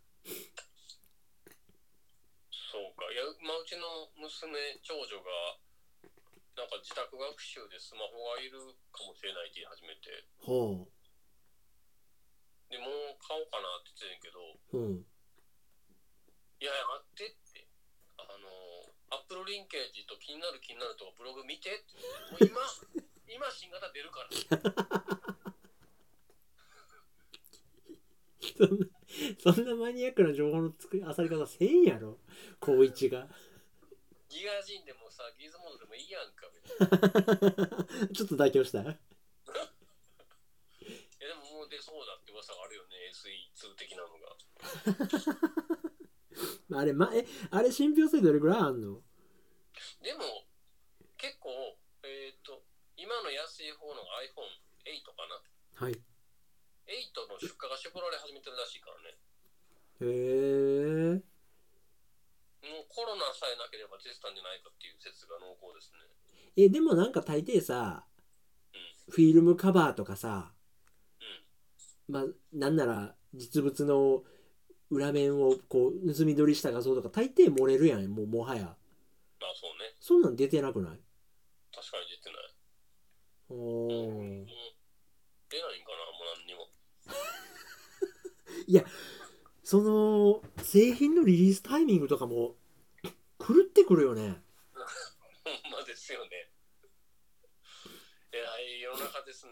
Speaker 2: そうか。いや、まあ、うちの娘、長女が、なんか自宅学習でスマホがいるかもしれないって言い始めて、
Speaker 1: は
Speaker 2: でもう買おうかなって言ってんけど、
Speaker 1: あうん
Speaker 2: いや、待ってって。あのー、アップルリンケージと気になる気になるとかブログ見てって。もう今、今新型出るから。
Speaker 1: そんなそんなマニアックな情報の作りあさり方せんやろ高一が
Speaker 2: ギガ人でもさ、ギズモードでもいいやんか、みたいな。
Speaker 1: ちょっと妥協した
Speaker 2: えでももう出そうだって噂があるよね SE2 的なのが
Speaker 1: あれ、ま、えあれ信憑性どれぐらいあんの
Speaker 2: でも結構えっ、と今の安い方の iPhone8 かな
Speaker 1: はいへ
Speaker 2: 8の出荷が絞られ始めてるらしいからね
Speaker 1: え
Speaker 2: もうコロナさえなければ出てたんじゃないかっていう説が濃厚ですね
Speaker 1: えでもなんか大抵さ
Speaker 2: う
Speaker 1: フィルムカバーとかさ
Speaker 2: んうん
Speaker 1: まあなんなら実物の裏面をこう盗み撮りした画像とか大抵漏れるやんもうもはや
Speaker 2: まあそうね。
Speaker 1: そんなん出てなくない
Speaker 2: 確かに出てない。う
Speaker 1: おー
Speaker 2: ん出ないんかな、もう何にも。
Speaker 1: その製品のリリースタイミングとかも狂ってくるよね
Speaker 2: ほんまですよね。えらい世の中ですね。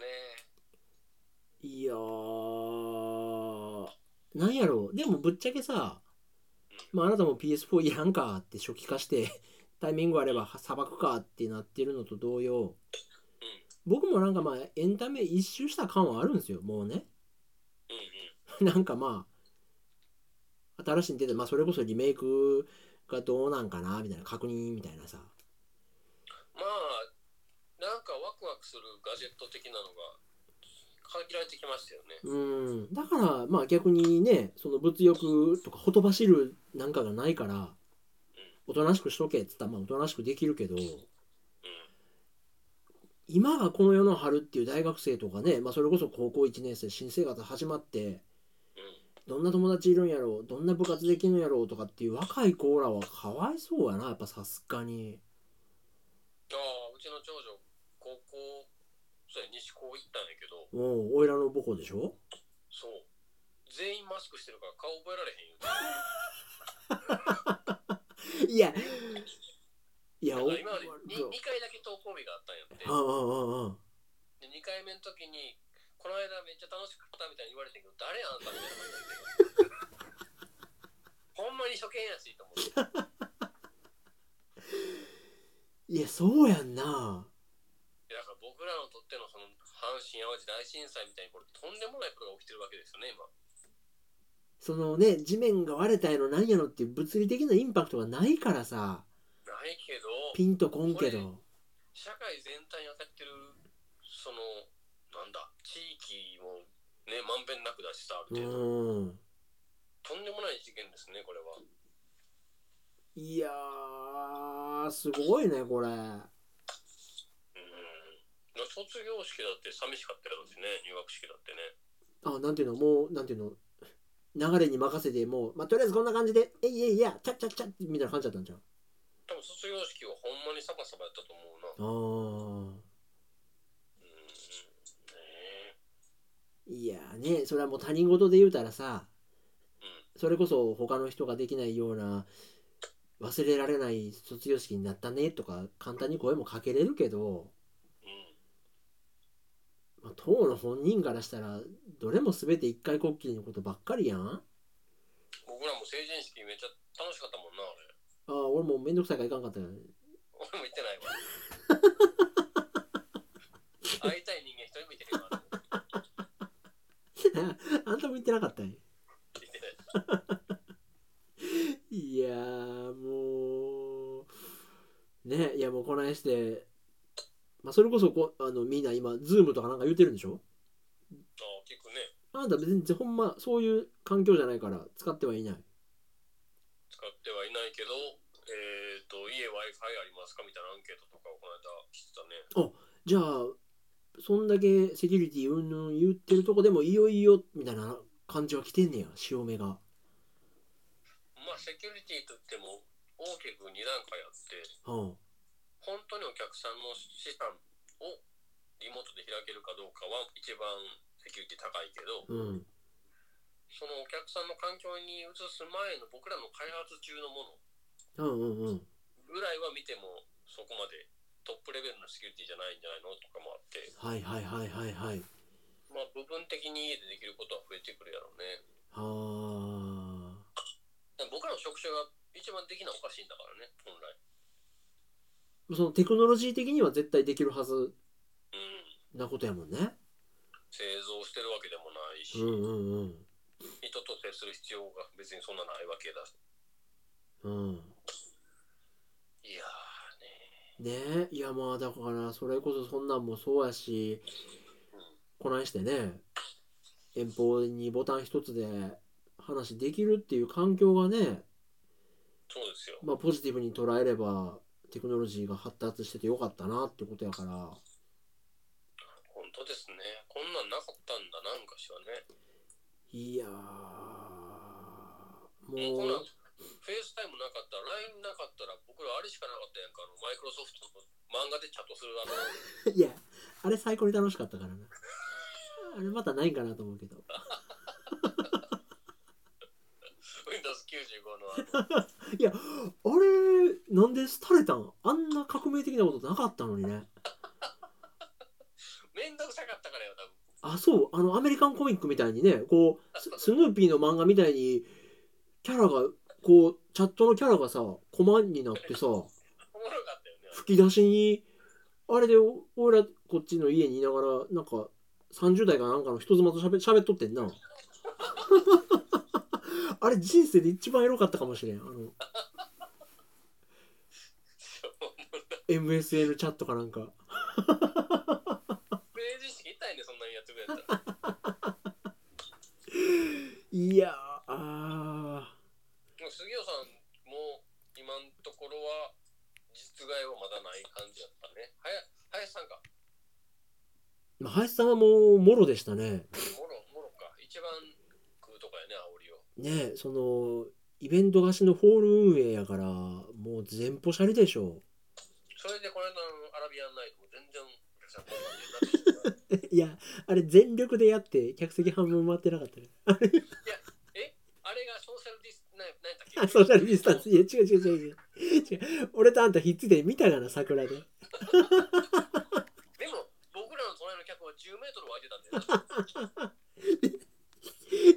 Speaker 1: いやーなんやろうでもぶっちゃけさ、まあ、あなたも PS4 いらんかって初期化して タイミングあればさばくかってなってるのと同様僕もなんかまあエンタメ一周した感はあるんですよもうね
Speaker 2: うんうん。
Speaker 1: なんかまあ新しいの出て、まあ、それこそリメイクがどうなんかなみたいな確認みたいなさ
Speaker 2: まあ、なんかワクワクするガジェット的なのが限られてきましたよね。
Speaker 1: うんだからまあ逆にねその物欲とかほとばしるなんかがないからおとなしくしとけっつったらまあおとなしくできるけど
Speaker 2: うん。
Speaker 1: 今がこの世の春っていう大学生とかね、まあ、それこそ高校1年生新生活始まって
Speaker 2: うん。
Speaker 1: どんな友達いるんやろうどんな部活できるんやろうとかっていう若い子らはかわいそうやなやっぱさすがに
Speaker 2: ああ、うちの長女、高校、そうや、西高行ったんやけど、
Speaker 1: もうおいらの母校でしょ
Speaker 2: そう。全員マスクしてるから顔覚えられへんよ。
Speaker 1: いやいや
Speaker 2: だ
Speaker 1: お
Speaker 2: から今まで 2, 回だけ登校日があったんやって。
Speaker 1: ああああああ
Speaker 2: で、2回目の時に、この間めっちゃ楽しかったみたいに言われてんけど、誰あんたみたいな感じで。ほんまに初見やしと思って。
Speaker 1: いやそうやんな
Speaker 2: だから僕らのとってのその阪神・淡路大震災みたいにこれとんでもないことが起きてるわけですよね、今。
Speaker 1: そのね地面が割れたやろなんやろっていう物理的なインパクトがないからさ
Speaker 2: ないけど、
Speaker 1: ピンとこんけど
Speaker 2: 社会全体に与えてる、その、なんだ、地域もね、まんべんなくだしさ、あ
Speaker 1: う
Speaker 2: る程度。
Speaker 1: ん
Speaker 2: とんでもない事件ですね、これは。
Speaker 1: いやーすごいねこれ
Speaker 2: うん。卒業式だって寂しかったやろうしね、入学式だってね。
Speaker 1: あなんていうのもうなんていうの流れに任せてもう、まあ、とりあえずこんな感じで「えいえいやチャッチャッチャッ」みたいな感じだったんじゃん
Speaker 2: 多分卒業式はほんまにサバサバやったと思うな。
Speaker 1: あ
Speaker 2: うん。ねえ。
Speaker 1: ーいやーねそれはもう他人事で言うたらさ
Speaker 2: うん。
Speaker 1: それこそ他の人ができないような忘れられない卒業式になったねとか簡単に声もかけれるけど、
Speaker 2: うん。
Speaker 1: まあ、当の本人からしたらどれも全て一回こっきりのことばっかりやんあ
Speaker 2: 僕らも成人式めっちゃ楽しかったもんな、あれ。
Speaker 1: あ俺もうめんどくさいからいかんかったよ
Speaker 2: 俺も行ってないわ。会いたい人間一人もいてへんわ。
Speaker 1: あんたも言ってなかったんや
Speaker 2: 行ってない
Speaker 1: いやーもうねいやもうこないして、まあ、それこそこあのみんな今ズームとかなんか言ってるんでしょ
Speaker 2: ああ、聞くね。
Speaker 1: あんた全然ほんまそういう環境じゃないから使ってはいない
Speaker 2: 使ってはいないけど、えっ、と、家 Wi-Fi ありますかみたいなアンケートとかをこの間来てたね。
Speaker 1: じゃあそんだけセキュリティうんぬん言ってるとこでもいよいよみたいな感じは来てんねや潮目が
Speaker 2: まあ、セキュリティといっても大きく2段階あって、
Speaker 1: うん
Speaker 2: 本当にお客さんの資産をリモートで開けるかどうかは一番セキュリティ高いけど、
Speaker 1: うん
Speaker 2: そのお客さんの環境に移す前の僕らの開発中のもの
Speaker 1: うんうんうん
Speaker 2: ぐらいは見てもそこまでトップレベルのセキュリティじゃないんじゃないのとかもあって、
Speaker 1: はいはいはいはいはい
Speaker 2: まあ、部分的に家でできることは増えてくるやろうね。
Speaker 1: は
Speaker 2: だから僕らの職種が一番できないおかしいんだからね、本来。
Speaker 1: あそのテクノロジー的には絶対できるはず
Speaker 2: うん。
Speaker 1: なことやもんね
Speaker 2: 製造してるわけでもないし、
Speaker 1: うんうん
Speaker 2: 人と接する必要が別にそんなないわけだし。
Speaker 1: うんうん
Speaker 2: いやーね。
Speaker 1: ねえいやまあだからそれこそそんなんもそうやしこないしてね遠方にボタン一つで話できるっていう環境がね、
Speaker 2: そうですよ。
Speaker 1: まあ、ポジティブに捉えればテクノロジーが発達しててよかったなってことやから
Speaker 2: 本当ですね。こんなんなかったんだな、昔はね。
Speaker 1: いやー
Speaker 2: もうこん
Speaker 1: も
Speaker 2: なん
Speaker 1: う
Speaker 2: フェイスタイムなかったら LINE なかったら僕らあれしかなかったやんかあのマイクロソフトの漫画でチャットするあの
Speaker 1: いやあれ最高に楽しかったからなあれまたないんかなと思うけど
Speaker 2: Windows95 のあの
Speaker 1: あれなんで廃れたんあんな革命的なことなかったのにね
Speaker 2: めんどくさかったからよ多分
Speaker 1: あそうあのアメリカンコミックみたいにねこうススヌーピーの漫画みたいにキャラがこうチャットのキャラがさコマになって さ
Speaker 2: おもろかったよねあれ
Speaker 1: 吹き出しにあれでお俺らこっちの家にいながらなんか30代かなんかの人妻としゃべっとってんな あれ人生で一番エロかったかもしれんあの MSN チャットかなんか
Speaker 2: プレイ知識痛いねそんなにやってくれたら
Speaker 1: いやーあ
Speaker 2: もう杉尾さんも今のところは実害はまだない感じやったねはや林さんか
Speaker 1: ーまあ林さんはもうもろでしたね
Speaker 2: もろもろか一番食うとかやね煽りを
Speaker 1: ねえそのイベント貸しのホール運営やからもう全ポシャリでしょ
Speaker 2: それでこの間のアラビアンナイトも全然お客さん来なかったよない
Speaker 1: やあれ全力でやって客席半分回ってなかったね
Speaker 2: あれがソーシャルディスななんだっけ
Speaker 1: あソーシャルディスタンスいや違う違う違う違う違う俺とあんたひっついて見たがな桜で
Speaker 2: でも僕らの隣の客は10メートル空いてたんだよな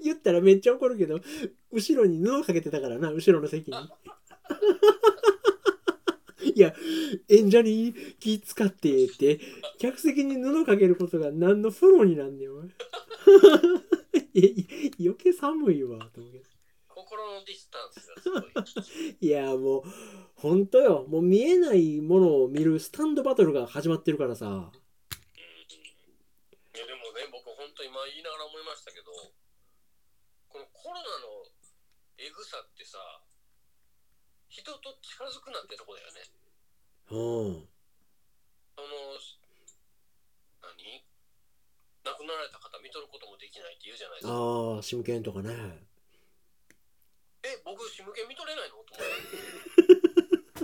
Speaker 1: 言ったらめっちゃ怒るけど後ろに布かけてたからな後ろの席に いや演者に気使ってって客席に布かけることが何のフォローになんねんお前 いやいや余計寒いわと思うけど
Speaker 2: 心のディスタンスがすごい
Speaker 1: いやもう本当よもう見えないものを見るスタンドバトルが始まってるからさ
Speaker 2: いやでもね、僕、本当に今言いながら思いましたけど、このコロナのえぐさってさ、人と近づくなってとこだよね。
Speaker 1: うん
Speaker 2: その、何亡くなられた方見とることもできないって言うじゃないですか。
Speaker 1: ああシムケンとかね
Speaker 2: え、僕、シムケン見とれないのと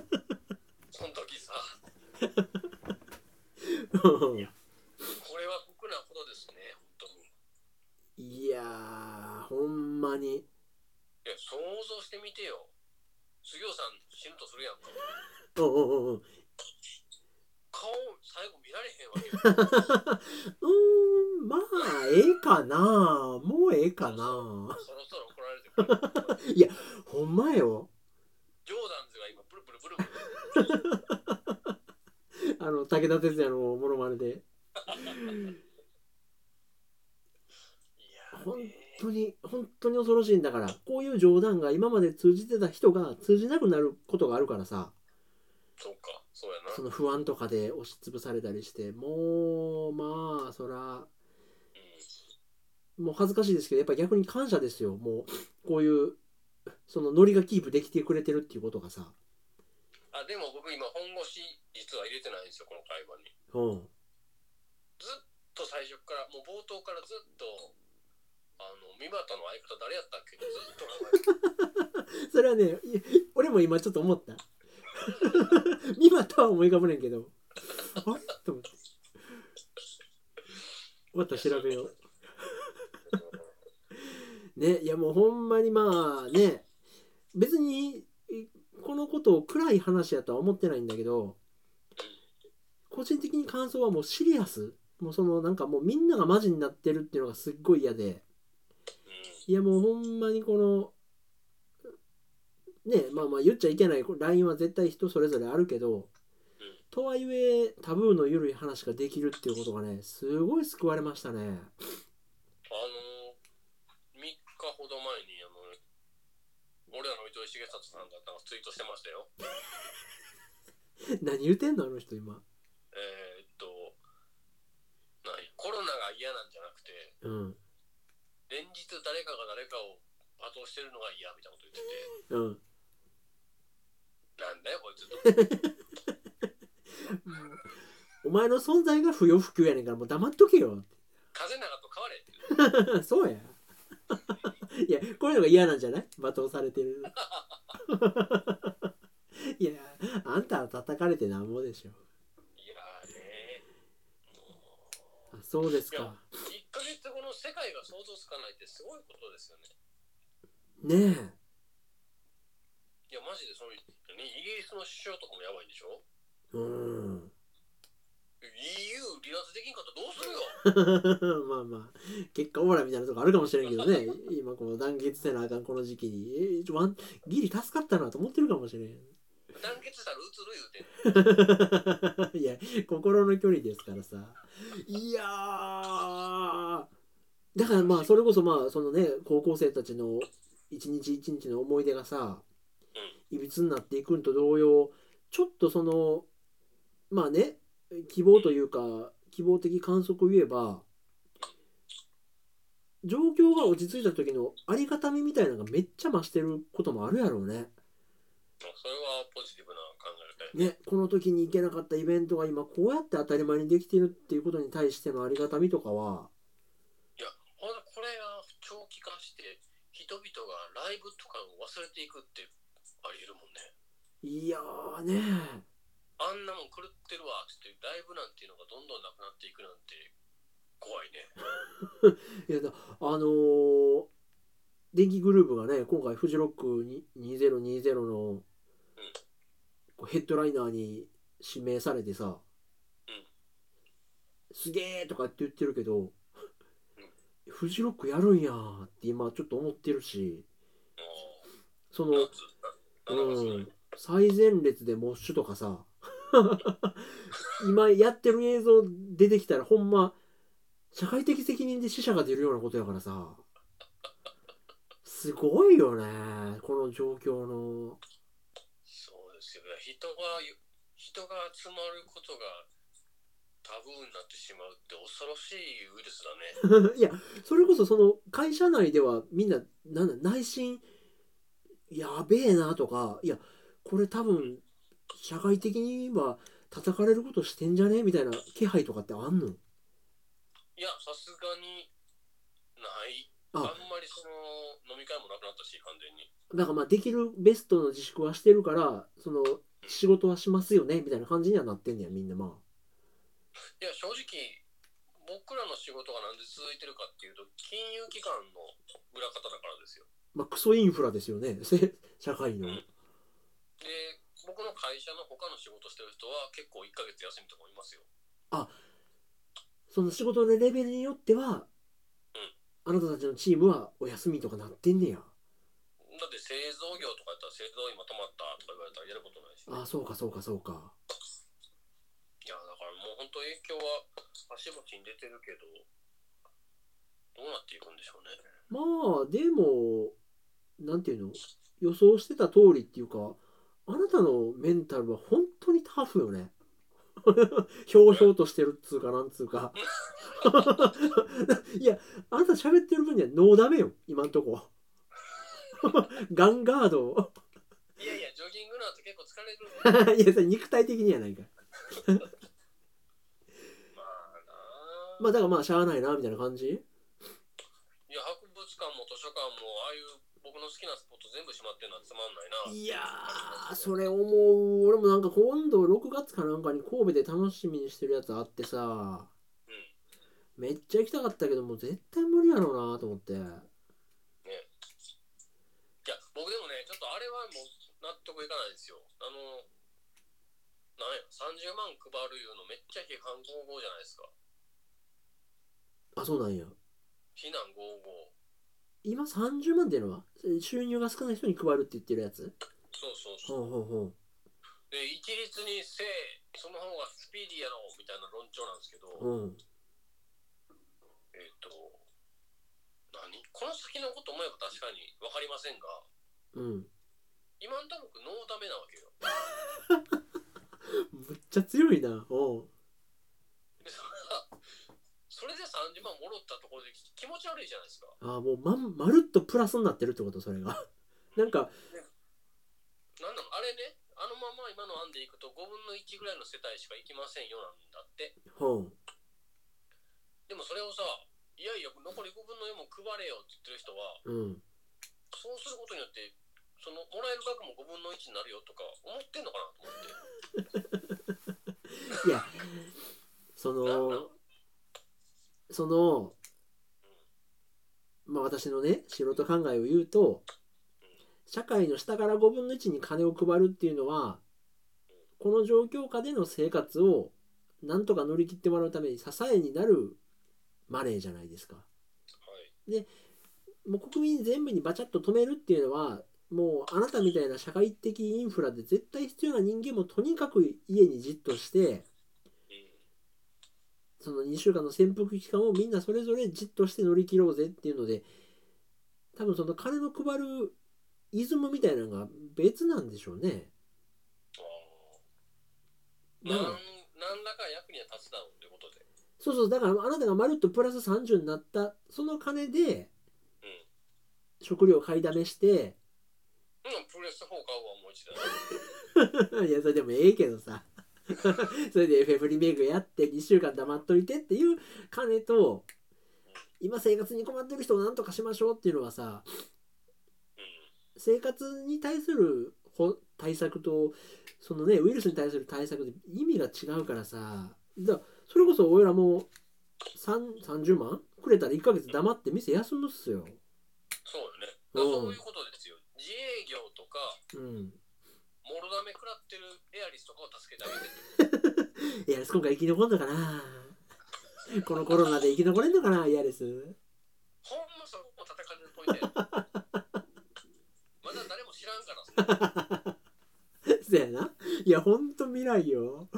Speaker 2: 思って。 その時さ、これは
Speaker 1: うん
Speaker 2: 酷なことですね、本当に。
Speaker 1: いやーほんまに
Speaker 2: いや、想像してみてよ。杉尾さん死ぬとするやんか。
Speaker 1: うんうんうんうんう
Speaker 2: 顔、最後見られへんわけよ。
Speaker 1: ーんまあええかなもうええかな
Speaker 2: そろそろ怒られてくる。
Speaker 1: いやほんまよ
Speaker 2: ジョーダンズが今、ブルブルブルブル。
Speaker 1: あの武田鉄矢のモノマネで
Speaker 2: いや
Speaker 1: 本
Speaker 2: ー、
Speaker 1: 当に本当に恐ろしいんだからこういう冗談が今まで通じてた人が通じなくなることがあるからさ
Speaker 2: そうか、そうやな。
Speaker 1: そ
Speaker 2: うん、
Speaker 1: の不安とかで押しつぶされたりしてもうまあそらもう恥ずかしいですけどやっぱ逆に感謝ですよもうこういうそのノリがキープできてくれてるっていうことがさ
Speaker 2: あ、でも僕今、本腰、実は入れてないんですよ、この会話に。
Speaker 1: うん
Speaker 2: ずっと最初から、もう冒頭からずっと、あの、三股の相方誰やったっけずっと考えて
Speaker 1: それはねい俺も今ちょっと思った 三股は思い浮かばないけどあれと思ってまた調べよ
Speaker 2: た
Speaker 1: う
Speaker 2: けど
Speaker 1: ねいやもうほんまにまあね別にいこのことを暗い話やとは思ってないんだけど個人的に感想はもうシリアスもうそのなんかもうみんながマジになってるっていうのがすっごい嫌で
Speaker 2: うん
Speaker 1: いやもうほんまにこのねまあまあ言っちゃいけないこうラインは絶対人それぞれあるけどとはいえタブーの緩い話ができるっていうことがねすごい救われましたね
Speaker 2: あのー、3日ほど前に、あの、俺らの糸井重里さんがなんかツイートしてましたよ。
Speaker 1: 何言ってんのあの人今
Speaker 2: えー、っと、何コロナが嫌なんじゃなくて、
Speaker 1: うん
Speaker 2: 連日誰かが誰かを罵倒してるのが嫌みたいなこと言ってて、
Speaker 1: うん
Speaker 2: なんだよこいつと。
Speaker 1: お前の存在が不要不急やねんからもう黙っとけよ
Speaker 2: 風邪なかと変われって。
Speaker 1: そうやいやこういうのが嫌なんじゃない罵倒されてる いやあんたは叩かれてなんぼでしょ
Speaker 2: いやーね
Speaker 1: あそうです
Speaker 2: い
Speaker 1: か
Speaker 2: や1ヶ月後の世界が想像つかないってすごいことですよね
Speaker 1: ねえ
Speaker 2: いやマジでその、ね、イギリスの首相とかもやばいんでしょ
Speaker 1: うん
Speaker 2: EU 離脱できんかったらどうするよ
Speaker 1: まあまあ結果オーラみたいなとこあるかもしれんけどね今この団結せなあかんこの時期にえちょワンギリ助かったなと思ってるかもしれん
Speaker 2: 団結したら移る言うてんの
Speaker 1: いや心の距離ですからさいやーだからまあそれこそまあそのね高校生たちの一日一日の思い出がさいびつになっていくんと同様ちょっとそのまあね希望というか希望的観測を言えば状況が落ち着いた時のありがたみみたいなのがめっちゃ増してることもあるやろうね。
Speaker 2: それはポジティブな考え方やね
Speaker 1: ね、この時に行けなかったイベントが今こうやって当たり前にできているっていうことに対してのありがたみとかは
Speaker 2: ほんとこれが長期化して人々がライブとかを忘れていくってありえるもんね
Speaker 1: いやーね
Speaker 2: あんなもん狂ってるわっつってライブなんていうのがどんどんなくなっていくなんて怖いね
Speaker 1: いやだあのー電気グループがね今回フジロックに2020のこうヘッドライナーに指名されてさ
Speaker 2: うん
Speaker 1: 「すげえ!」とかって言ってるけどフジロックやるんやーって今ちょっと思ってるし
Speaker 2: も
Speaker 1: そうの、
Speaker 2: 夏ななんかそうういうん
Speaker 1: 最前列でモッシュとかさ今やってる映像出てきたらほんま社会的責任で死者が出るようなことやからさすごいよねこの状況の
Speaker 2: そうですよね。人が、人が集まることがタブーになってしまうって恐ろしいウイルスだね。
Speaker 1: いやそれこそその会社内ではみんななんだ内心やべえなとかいやこれ多分社会的には叩かれることしてんじゃねみたいな気配とかってあんの
Speaker 2: いや、さすがにない。あ
Speaker 1: あ
Speaker 2: んまりその飲み会もなくなったし、完全に。
Speaker 1: なんかまあできるベストの自粛はしてるからその仕事はしますよねみたいな感じにはなってんねやみんなま
Speaker 2: いや、正直、僕らの仕事がなんで続いてるかっていうと、金融機関の裏方だからですよ。
Speaker 1: あまあクソインフラですよねせ社会の
Speaker 2: で、僕の会社の他の仕事してる人は結構1ヶ月休みとかもいますよ。
Speaker 1: その仕事のレベルによってはあなたたちのチームはお休みとかなってんねや
Speaker 2: だって製造業とかやったら製造今止まったとか言われたらやることないし。
Speaker 1: ああそうかそうかそうか
Speaker 2: いやだからもう本当影響は足々に出てるけどどうなっていくんでしょうね
Speaker 1: まあでもなんていうの予想してた通りっていうかあなたのメンタルは本当にタフよね ひょうひょうとしてるっつうかなんつうか いやあなた喋ってる分にはノーダメよ今んとこ ガンガード
Speaker 2: いやいやジョギングの後結構疲れる
Speaker 1: いやそれ肉体的にやないか
Speaker 2: まあなあ、
Speaker 1: まあだからまあしゃあないなみたいな感じ
Speaker 2: いや博物館も図書館もああいう僕の好きなスポット全部閉まってるのはつまんないない
Speaker 1: いやーそれ思う俺もなんか今度6月かなんかに神戸で楽しみにしてるやつあってさ、めっちゃ行きたかったけどもう絶対無理やろうなと思って
Speaker 2: や僕でもねちょっとあれはもう納得いかないんですよあのなんや30万配るいうのめっちゃ批判合々じゃないですか
Speaker 1: あそうなんや
Speaker 2: 非難合々
Speaker 1: 今30万っていうのは収入が少ない人に配るって言ってるやつ
Speaker 2: そうそうそう
Speaker 1: ほうほうほ
Speaker 2: で一律にせえその方がスピーディーやろみたいな論調なんですけど、
Speaker 1: ううん
Speaker 2: えっ、と何この先のこと思えば確かに分かりませんが
Speaker 1: うん
Speaker 2: 今んとこ僕ノーダメなわけよ
Speaker 1: むっちゃ強いなおう
Speaker 2: でそれがそれで30万もろったところで気持ち悪いじゃないですか
Speaker 1: あもうまんまるっとプラスになってるってことそれが なんか
Speaker 2: なんなのあれねあのまま今の案でいくと5分の1ぐらいの世帯しか行きませんよなんだって
Speaker 1: ほ
Speaker 2: でもそれをさいやいや残り5分の4も配れよって言ってる人は
Speaker 1: ううん
Speaker 2: そうすることによってそのもらえる額も5分の1になるよとか思ってんのかなと思って
Speaker 1: いやそ
Speaker 2: なんな
Speaker 1: の
Speaker 2: ん
Speaker 1: そのまあ私のね素人考えを言うと社会の下から5分の1に金を配るっていうのはこの状況下での生活をなんとか乗り切ってもらうために支えになるマネーじゃないですか。
Speaker 2: はい
Speaker 1: もう国民全部にバチャッと止めるっていうのはもうあなたみたいな社会的インフラで絶対必要な人間もとにかく家にじっとして
Speaker 2: うん
Speaker 1: その2週間の潜伏期間をみんなそれぞれじっとして乗り切ろうぜっていうので多分その金の配るイズムみたいなのが別なんでしょうね。
Speaker 2: な
Speaker 1: だ
Speaker 2: ん
Speaker 1: か
Speaker 2: 何ら
Speaker 1: ら
Speaker 2: か役には立つだろうってことで、
Speaker 1: そうそうだからあなたがまるっとプラス30になったその金で
Speaker 2: うん
Speaker 1: 食料買いだめして、
Speaker 2: うん、プレス4買うわもう一台
Speaker 1: いやそれでもええけどさ それで FF リメイクやって2週間黙っといてっていう金と今生活に困ってる人を何とかしましょうっていうのはさ
Speaker 2: うん
Speaker 1: 生活に対するほ対策とそのねウイルスに対する対策で意味が違うからさだからそれこそ俺らも3 30万くれたら1ヶ月黙って店休むっすよ。
Speaker 2: そうよねだから
Speaker 1: う
Speaker 2: そうんいうことですよ自営業とか
Speaker 1: うん、
Speaker 2: もろだめ食らってるエアリスとかを助けてあげてる
Speaker 1: いや今回生き残んのかな このコロナで生き残れんのかなイヤレス。
Speaker 2: ほんまそこも叩かれるポイン トやまだ誰も知らんからさ
Speaker 1: そやな。いや、ほんと未来よ。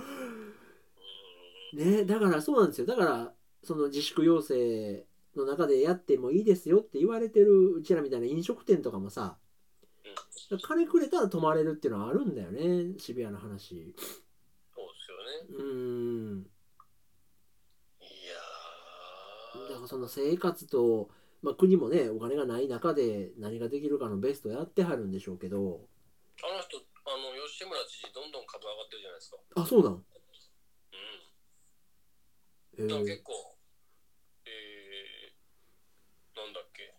Speaker 2: う
Speaker 1: ね、だからそうなんですよ。だから、その自粛要請の中でやってもいいですよって言われてるうちらみたいな飲食店とかもさ、
Speaker 2: ん
Speaker 1: 金くれたら泊まれるっていうのはあるんだよね、シビアな話。
Speaker 2: そうですよね
Speaker 1: うーん。
Speaker 2: いや
Speaker 1: だか
Speaker 2: ー
Speaker 1: らその生活と、まあ、国もね、お金がない中で何ができるかのベストやってはるんでしょうけど、
Speaker 2: あの人あの吉村知事どんどん株上がってるじゃないですか
Speaker 1: あ、そうなん。
Speaker 2: うん
Speaker 1: へ
Speaker 2: だから
Speaker 1: ー
Speaker 2: 結構、えー、なんだっけ、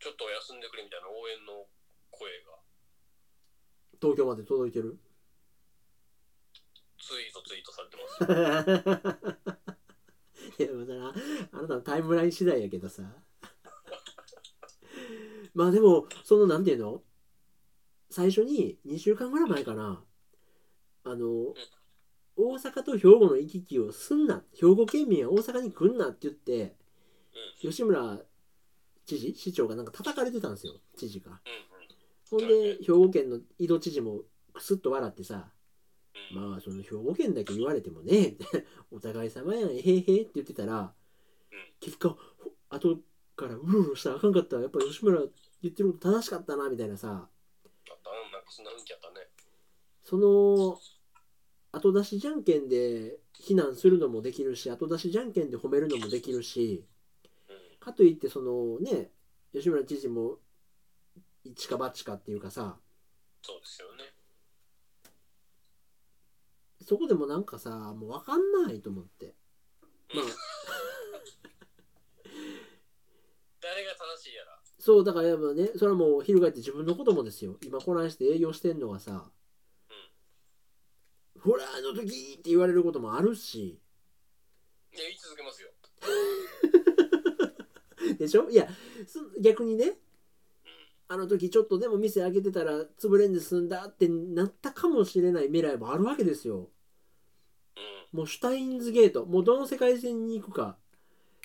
Speaker 2: ちょっと休んでくれみたいな応援の声が、
Speaker 1: 東京まで届いてる。
Speaker 2: ツイートツイートされてま す。
Speaker 1: いやまたなあなたのタイムライン次第やけどさ まあでもそのなんていうの最初に2週間ぐらい前かなあの大阪と兵庫の行き来をすんな兵庫県民は大阪に来んなって言って
Speaker 2: う
Speaker 1: 吉村知事市長がなんか叩かれてたんですよ知事が
Speaker 2: ん、うん、
Speaker 1: ほんで兵庫県の井戸知事もクスッと笑ってさ
Speaker 2: うん、うん。
Speaker 1: まあその兵庫県だけ言われてもね お互い様やんへいへいって言ってたら、
Speaker 2: うん
Speaker 1: 結果ほ後からうろうろしたらあかんかったやっぱ吉村言ってること正しかったなみたいなさ
Speaker 2: あったな、なんかそんな雰囲気やったね。
Speaker 1: その後出しじゃんけんで非難するのもできるし後出しじゃんけんで褒めるのもできるし
Speaker 2: うん、
Speaker 1: かといってそのね吉村知事も一か八かっていうかさ
Speaker 2: そうですよね。
Speaker 1: そこでもなんかさもう分かんないと思ってまあ
Speaker 2: 誰が正しいやら。
Speaker 1: そうだからやっぱねそれはもう翻って自分のこともですよ今こないして営業してんのがさ「ほらあの時!」って言われることもあるし
Speaker 2: いや、言い続けますよ。
Speaker 1: でしょいやそ逆にね
Speaker 2: うん、
Speaker 1: あの時ちょっとでも店開けてたら潰れんで済んだってなったかもしれない未来もあるわけですよ
Speaker 2: うん、
Speaker 1: もうシュタインズゲートもうどの世界線に行くか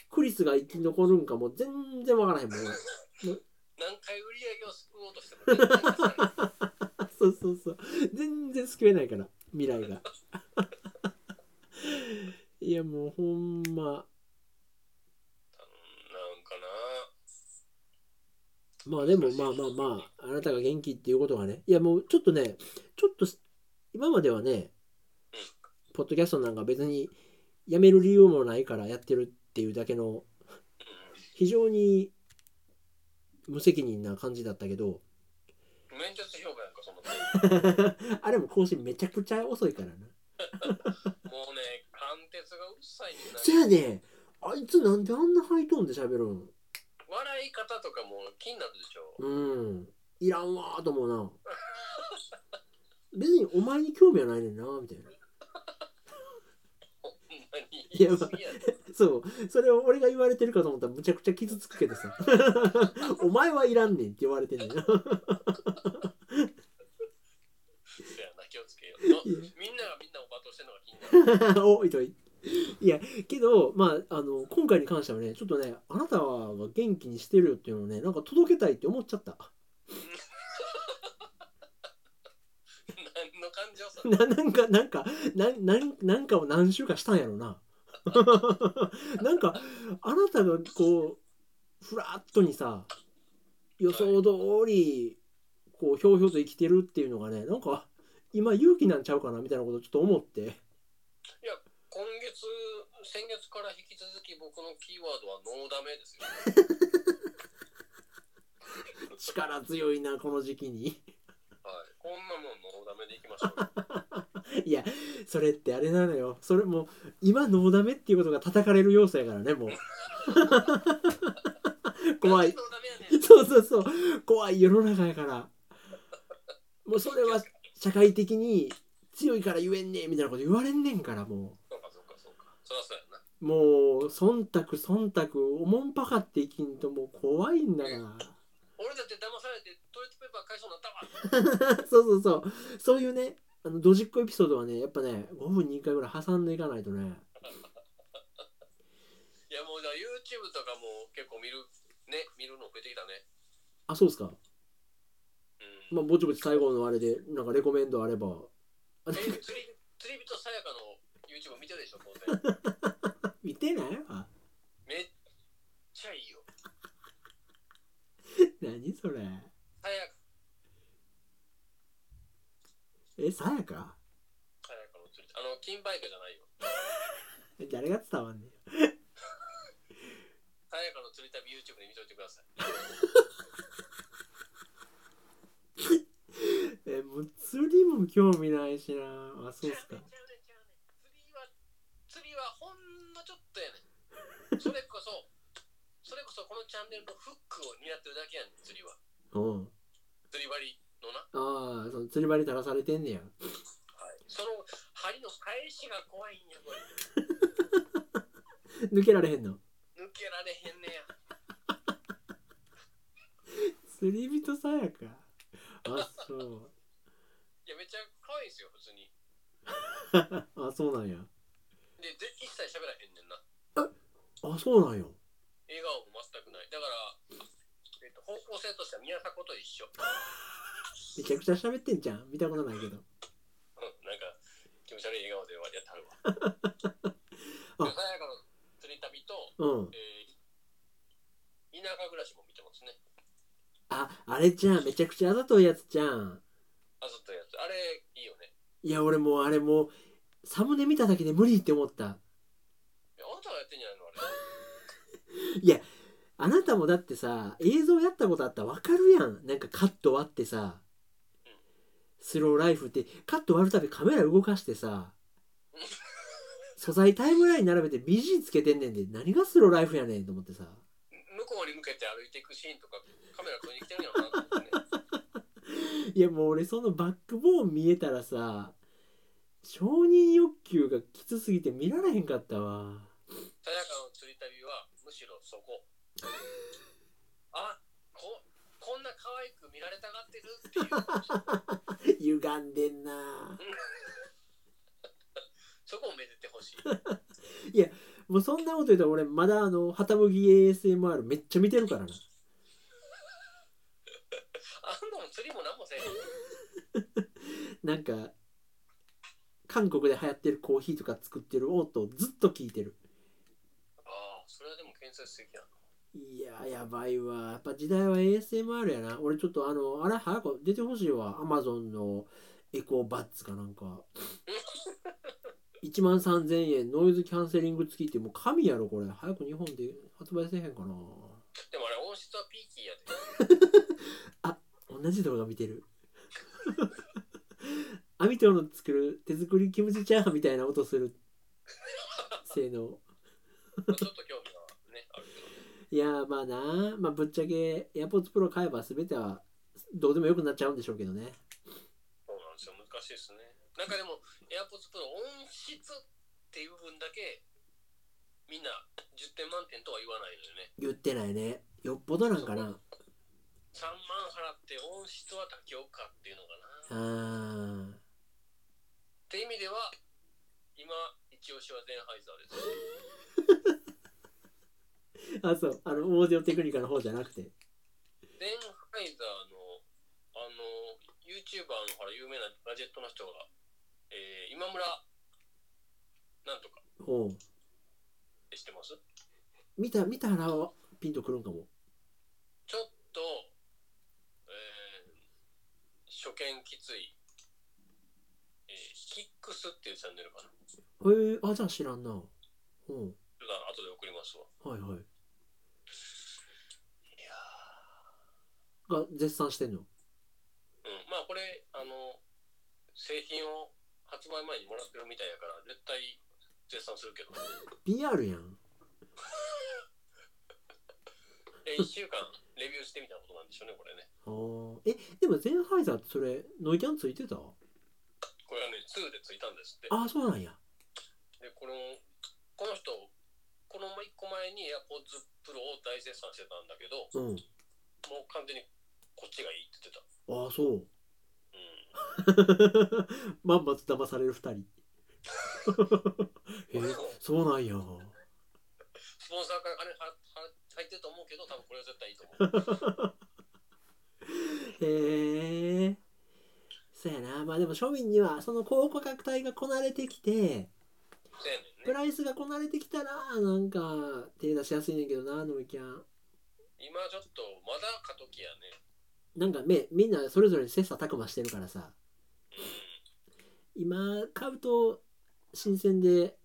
Speaker 1: クリスが生き残るんかもう全然わからへんもん
Speaker 2: 何回売り上げを救おうとして も、全然助かる
Speaker 1: そうそうそう全然救えないから未来が いやもうほんま
Speaker 2: うんなんかな。
Speaker 1: まあでもまあまあまああなたが元気っていうことがねいやもうちょっとねちょっとし今まではね
Speaker 2: うん
Speaker 1: ポッドキャストなんか別にやめる理由もないからやってるっていうだけの非常に無責任な感じだったけど
Speaker 2: うん、面接評価やんか、その。
Speaker 1: あれも更新めちゃくちゃ遅いからな
Speaker 2: もうね、貫 徹がうるさいねんな。
Speaker 1: そやねあいつなんであんなハイトーンで喋るん
Speaker 2: 笑い方とかも気になるでしょ。
Speaker 1: うんいらんわーと思うな別にお前に興味はないねんなみたいな
Speaker 2: ほんまに
Speaker 1: いや
Speaker 2: 言い過ぎやで。
Speaker 1: そうそれを俺が言われてるかと思ったらむちゃくちゃ傷つくけどさ お前はいらんねんって言われてんねんな
Speaker 2: そやな、気をつけよう。の
Speaker 1: いや
Speaker 2: みんながみんなを罵倒してるのが気に なる。
Speaker 1: おいといいやけどまああの今回に関してはねちょっとねあなたは元気にしてるよっていうのをねなんか届けたいって思っちゃった
Speaker 2: 何の感情さ。
Speaker 1: な なんかなんかなんなんなんかを何週かしたんやろな なんかあなたがこうフラットにさ予想通りこうひょうひょうと生きてるっていうのがねなんか今勇気なんちゃうかなみたいなことちょっと思って
Speaker 2: 今月、先月から引き続き僕のキーワードはノーダメですよ。
Speaker 1: 力強いなこの時期に
Speaker 2: はい。こんなもんノーダメでいきましょうよ。
Speaker 1: いやそれってあれなのよそれもう今ノーダメっていうことが叩かれる要素やからねもう 怖い
Speaker 2: ノーダメやねん。
Speaker 1: そうそうそう怖い世の中やからもうそれは社会的に強いから言えんねんみたいなこと言われんねんからも
Speaker 2: そうかそうかそうか。そらそうやな。
Speaker 1: うもう忖度忖度おもんぱかって生きんともう怖いんだから
Speaker 2: 俺だって騙されてトイレットペーパー買いそうになったわ。
Speaker 1: そうそうそうそういうねあのドジっ子エピソードはねやっぱね5分に1回ぐらい挟んでいかないとね
Speaker 2: いやもうだから YouTube とかも結構見る、ね、見るの増えてきたね。
Speaker 1: あそうっすか
Speaker 2: うん。
Speaker 1: まあ、ぼちぼち最後のあれで、なんかレコメンドあれば。あ
Speaker 2: え釣り釣り人さやかの YouTube 見てるでしょ、当然。
Speaker 1: 見てないわ。
Speaker 2: めっちゃいいよ。
Speaker 1: 何それ。
Speaker 2: さやか
Speaker 1: え、さやか
Speaker 2: さやかの釣り人。あの、金バイクじゃないよ。
Speaker 1: 誰が伝わんねん。
Speaker 2: さやかの釣り旅 YouTube で見といてください。
Speaker 1: え、もう釣りも興味ないしな。あ、そうっすか。
Speaker 2: ちゃうねんちゃうねん釣りは、釣りはほんのちょっとやねん。それこそ、それこそこのチャンネルのフックを担ってるだけやねん、釣りは。
Speaker 1: うん。
Speaker 2: 釣り針のな。
Speaker 1: ああ、その釣り針垂らされてんねや。
Speaker 2: その針の返しが怖いんや、これ。
Speaker 1: 抜けられへんの。
Speaker 2: 抜けられへんねや。
Speaker 1: 釣り人さやか。あ、そう。
Speaker 2: いや、めっちゃ可愛いですよ、普通に。
Speaker 1: あ、そうなんや。
Speaker 2: で、で一切喋らへんねんな。
Speaker 1: あ、そうなんや。
Speaker 2: 笑顔も全くない。だから、えっと、方向性としては宮迫と一緒。
Speaker 1: めちゃくちゃ喋ってんじゃん。見たことないけ
Speaker 2: うん
Speaker 1: ど。
Speaker 2: なんか、気持ち悪い笑顔でやってはるわ。
Speaker 1: あ
Speaker 2: でさやかの釣り旅と、
Speaker 1: うん。
Speaker 2: えー、田舎暮らしも見てますね。
Speaker 1: あ、あれじゃん。めちゃくちゃあざといやつじゃん。
Speaker 2: あずっとやつ。あれ、いいよね。
Speaker 1: いや、俺もうあれもう、サムネ見ただけで無理って思った。
Speaker 2: いやあなたがやってんじゃないのあれ。
Speaker 1: あなたもだってさ映像やったことあったらわかるやんなんかカット割ってさ
Speaker 2: うん
Speaker 1: スローライフってカット割るたびカメラ動かしてさ
Speaker 2: うん
Speaker 1: 素材タイムライン並べて BG つけてんねんで何がスローライフやねんと思ってさ
Speaker 2: 向こうに向けて歩いていくシーンとか、カメラ撮りに来てるんやろうなと思ってね。
Speaker 1: いやもう俺そのバックボーン見えたらさ承認欲求がきつすぎて見られへんかったわ
Speaker 2: さやかの釣り旅は、むしろそこ。あ、こ、こんな可愛く見られたがってるっていう。
Speaker 1: 歪んでんな
Speaker 2: そこをめでてほしい。
Speaker 1: もうそんなこと言うと俺まだあの旗麦 ASMR めっちゃ見てるからな
Speaker 2: あんなもん釣りもなんもせえへん。
Speaker 1: なんか韓国で流行ってるコーヒーとか作ってる音をずっと聞いてる
Speaker 2: ああ、それはでも建設的やな。
Speaker 1: いやーやばいわやっぱ時代は ASMR やな俺ちょっとあのあれ早く出てほしいわ Amazon のエコーバッツかなんか1万3000円ノイズキャンセリング付きってもう神やろこれ早く日本で発売せえへんかな
Speaker 2: でもあれ音質はピーキーやで。
Speaker 1: 同じ動画見てるアミトの作る手作りキムチチャーハンみたいな音する性能
Speaker 2: まあちょっと興味はね、あるけどね。
Speaker 1: いやーまあなまあぶっちゃけ AirPods Pro 買えば全てはどうでもよくなっちゃうんでしょうけどね
Speaker 2: そうなんですよ難しいですねなんかでも AirPods Pro 音質っていう部分だけみんな10点満点とは言わないのよね
Speaker 1: 言ってないねよっぽどなんかな
Speaker 2: 3万払って音質は妥協かっていうのかなっ
Speaker 1: あー
Speaker 2: て意味では今一押しはゼンハイザーです
Speaker 1: あそうあのオーディオテクニカの方じゃなく
Speaker 2: ゼ
Speaker 1: て
Speaker 2: ンハイザーのあの YouTuber のほら有名なガジェットの人が、えー今村なんとか
Speaker 1: おう
Speaker 2: って知ってます
Speaker 1: 見た見たらピンとくるんかも
Speaker 2: ちょっと、えー初見きつい、えーキックスっていうチャンネルかなち
Speaker 1: へえあじゃあ知らんなうん
Speaker 2: ょっと後で送りますわ
Speaker 1: はいは
Speaker 2: い
Speaker 1: い
Speaker 2: や
Speaker 1: が絶賛してんの
Speaker 2: うんまあこれあの製品を発売前にもらってるみたいやから絶対絶賛するけど
Speaker 1: PR やん
Speaker 2: え1週間レビューしてみたいなことなんでしょうねこれね
Speaker 1: あーえでもゼンハイザーってそれノイキャンついてた
Speaker 2: これはね2でついたんですって
Speaker 1: ああそうなんや
Speaker 2: でこのこの人この1個前に AirPods Pro を大絶賛してたんだけど
Speaker 1: うん
Speaker 2: もう完全にこっちがいいって言ってた
Speaker 1: ああそう
Speaker 2: うん
Speaker 1: まんまと騙される2人 へえ
Speaker 2: 俺も
Speaker 1: そうなんや
Speaker 2: スポンサーから金はは入ってると思うけど、多分これは絶対いいと思う。
Speaker 1: へえそうやなまあでも庶民にはその高価格帯がこなれてきて
Speaker 2: せやねん
Speaker 1: プ
Speaker 2: ね。
Speaker 1: ライスがこなれてきたらなんか手出しやすいねんけどなノイキャン
Speaker 2: 今ちょっと、まだ過渡期やね。
Speaker 1: なんかめみんなそれぞれ切磋琢磨してるからさ
Speaker 2: うん。
Speaker 1: 今買うと新鮮で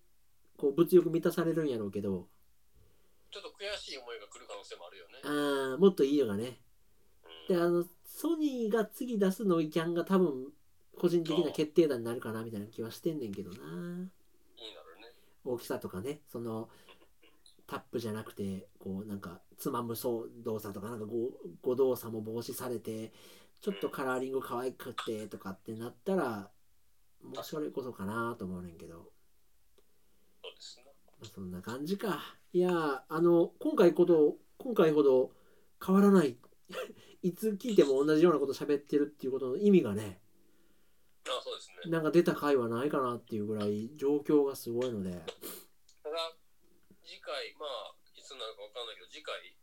Speaker 1: こう物欲満たされるんやろうけど
Speaker 2: ちょっと悔しい思いが来る可能性もあるよね。
Speaker 1: あーもっといいのがね
Speaker 2: うん
Speaker 1: であのソニーが次出すノイキャンが多分個人的な決定打になるかなみたいな気はしてんねんけどない
Speaker 2: いなるね。
Speaker 1: 大きさとかねそのタップじゃなくてこうなんかつまむそう動作とかなんかご誤動作も防止されてちょっとカラーリング可愛くてとかってなったらもうそれこそかなと思うねんけど
Speaker 2: そうですな。
Speaker 1: まあそんな感じか。いやーあの今回こと今回ほど変わらない いつ聞いても同じようなこと喋ってるっていうことの意味がね
Speaker 2: あそうですね。
Speaker 1: なんか出た回はないかなっていうぐらい状況がすごいので、は
Speaker 2: ただ、次回、まあ、いつになるかわかんないけど、次回、
Speaker 1: い、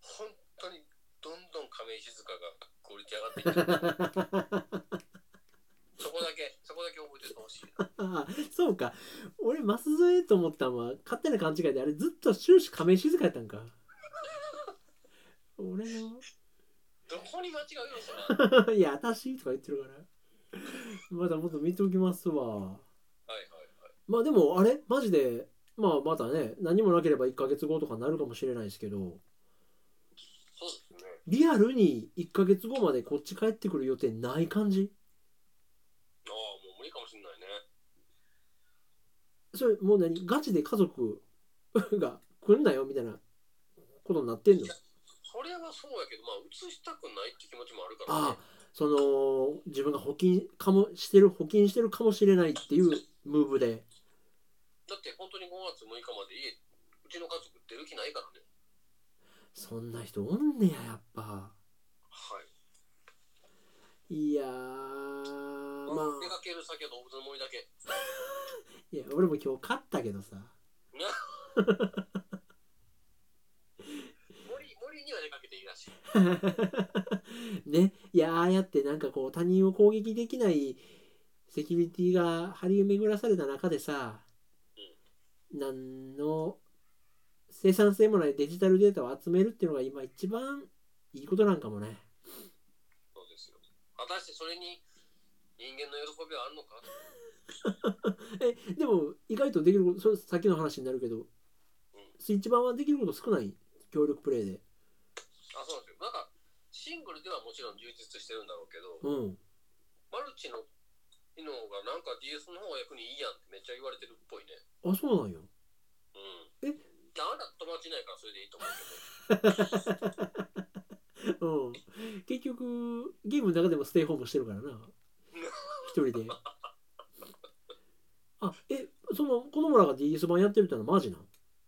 Speaker 2: 本当にどんどん亀井静香がクオリティ上がっていってる。そこだけ、そこだけ覚えててほしいな。
Speaker 1: そうか俺マス添えと思ったのは勝手な勘違いであれずっと終始亀井静香やったんか俺の
Speaker 2: どこに間違う要素が
Speaker 1: 「いや私」とか言ってるからまだもっと見ておきますわ
Speaker 2: はいはいはい。
Speaker 1: まあでもあれマジでまあまだね何もなければ1ヶ月後とかになるかもしれないですけど
Speaker 2: そうですね。
Speaker 1: リアルに1ヶ月後までこっち帰ってくる予定ない感じ
Speaker 2: ああ、もう無理かもしれないね。
Speaker 1: それもう何ガチで家族が来んなよみたいなことになってんの
Speaker 2: それはそうやけど、まあ、移したくないって気持ちもあるから
Speaker 1: ああ
Speaker 2: ね。
Speaker 1: その自分が補菌かもしてる補菌してるかもしれないっていうムーブで
Speaker 2: だって、本当に5月6日まで家、うちの家族出る気ないからね。
Speaker 1: そんな人おんねややっぱ
Speaker 2: はい。
Speaker 1: いやーまあ
Speaker 2: 出かける先は動物の森だけ。
Speaker 1: いや俺も今日勝ったけどさ
Speaker 2: 森、森には出かけていいらしい。
Speaker 1: ね、いやああやってなんかこう他人を攻撃できないセキュリティが張り巡らされた中でさ、何の生産性もないデジタルデータを集めるっていうのが今一番いいことなんかもね
Speaker 2: そうですよ。果たしてそれに人間の喜びはあるのか
Speaker 1: えでも意外とできることそれさっきの話になるけどスイッチ版はできること少ない協力プレイで
Speaker 2: あ、そうなんですよ。なんか、シングルではもちろん充実してるんだろうけど、
Speaker 1: うん
Speaker 2: マルチの機能がなんか DS の方が逆にいいやんってめっちゃ言われてるっぽいね。
Speaker 1: あそうなんよ
Speaker 2: うん。あなた友達いないからそれでいいと思うけど。
Speaker 1: うん、結局ゲームの中でもステイホームしてるからな一人であえその子供らが DS 版やってるってのはマジなの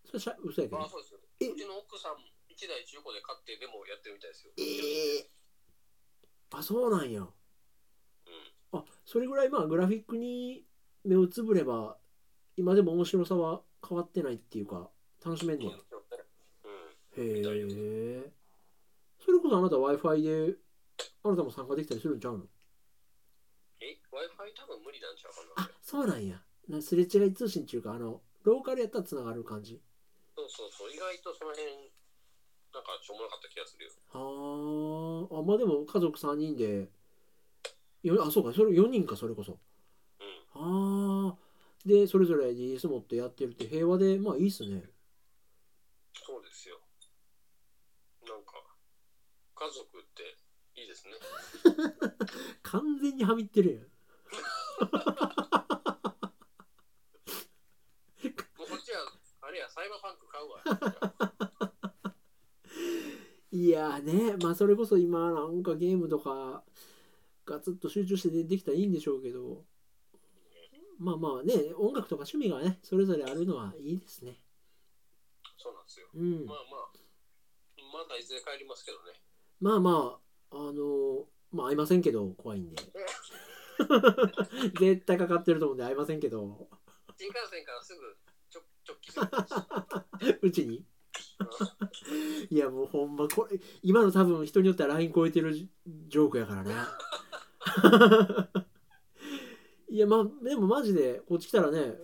Speaker 1: それしゃ嘘やけ
Speaker 2: まあ
Speaker 1: ど
Speaker 2: そうですよ。
Speaker 1: え
Speaker 2: うちの奥さん、1台中古で買ってでもやってるみたいですよ。
Speaker 1: ええあそうなんやあそれぐらいまあグラフィックに目をつぶれば今でも面白さは変わってないっていうか楽しめん
Speaker 2: うん。う
Speaker 1: ね
Speaker 2: ん
Speaker 1: やへ。
Speaker 2: み
Speaker 1: えそれこそあなた w i f i であなたも参加できたりするんちゃうの
Speaker 2: え、Wi-Fi 多分無理なんちゃうかな
Speaker 1: あ。そうなんやなすれ違い通信っていうかあのローカルやったらつながる感じ
Speaker 2: そうそうそう、意外とその辺、なんかしょうもなかった気がするよ。
Speaker 1: はーあまあでも家族3人でよあそうかそれ4人かそれこそ
Speaker 2: うん。
Speaker 1: ああでそれぞれ DS 持ってやってるって平和でまあいいっすね
Speaker 2: そうですよ。なんか、家族っていいですね。
Speaker 1: 完全にはみってるやん
Speaker 2: もうこっちは、あれや、サイバーパンク買うわ。う
Speaker 1: いやーねまあそれこそ今なんかゲームとかガツッと集中して出てきたらいいんでしょうけどまあまあね音楽とか趣味がねそれぞれあるのはいいですね
Speaker 2: そうなんですよ。
Speaker 1: うん
Speaker 2: まあまあ、まだいずれ帰りますけどね。
Speaker 1: まあまああのまあ会いませんけど怖いんで 絶対かかってると思うんで会いませんけど
Speaker 2: 新幹線からすぐ直直帰する。
Speaker 1: うちに
Speaker 2: うん
Speaker 1: いやもうほんまこれ今の多分人によっては LINE 超えてるジジョークやからねいやまあでもマジでこっち来たらね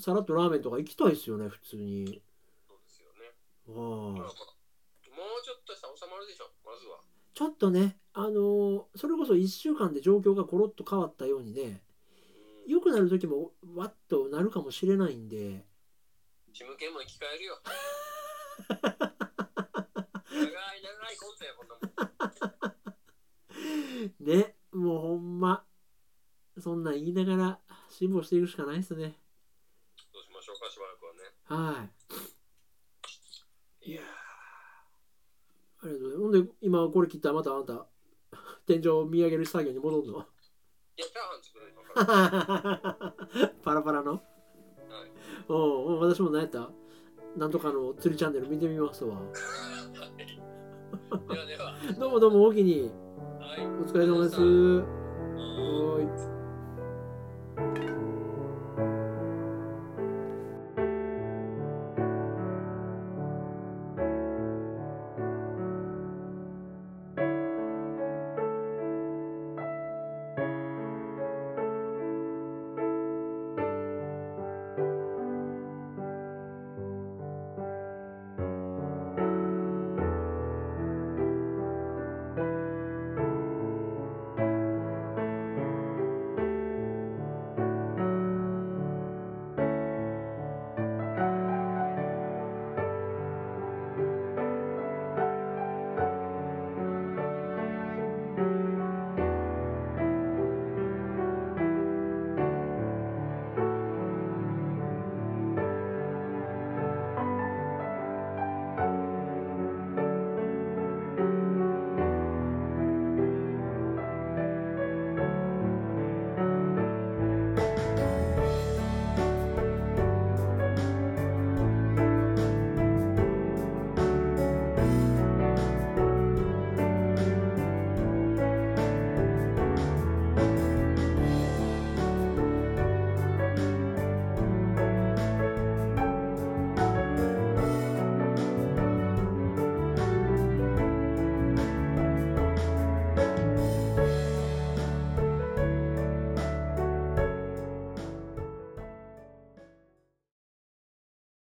Speaker 1: さらっとラーメンとか行きたいっすよね普通に
Speaker 2: そうですよね。まあま
Speaker 1: わ
Speaker 2: あ
Speaker 1: あ、
Speaker 2: もうちょっとしたら収まるでしょ、まずは。
Speaker 1: ちょっとねあのーそれこそ1週間で状況がコロッと変わったようにね
Speaker 2: うん。
Speaker 1: 良くなる時もわっとなるかもしれないんで
Speaker 2: チムケンも生き返る よ。長い長いコントや、こんなもん。
Speaker 1: ねもうほんまそんなん言いながら辛抱していくしかないっすね
Speaker 2: どうしましょうか、しばらくはね。
Speaker 1: はい
Speaker 2: いやー
Speaker 1: ありがとうございますほんで今これ切ったらまたあんた 天井を見上げる作業に戻るの
Speaker 2: いや、チャーハン作るの今か
Speaker 1: パラパラの
Speaker 2: ら。はい。
Speaker 1: おう私も何やったなんとかの釣りチャンネル見てみますわ
Speaker 2: ではでは、
Speaker 1: どうもどうも大きに
Speaker 2: はい。
Speaker 1: お疲れ様です
Speaker 2: う
Speaker 1: は
Speaker 2: ーん
Speaker 1: ーい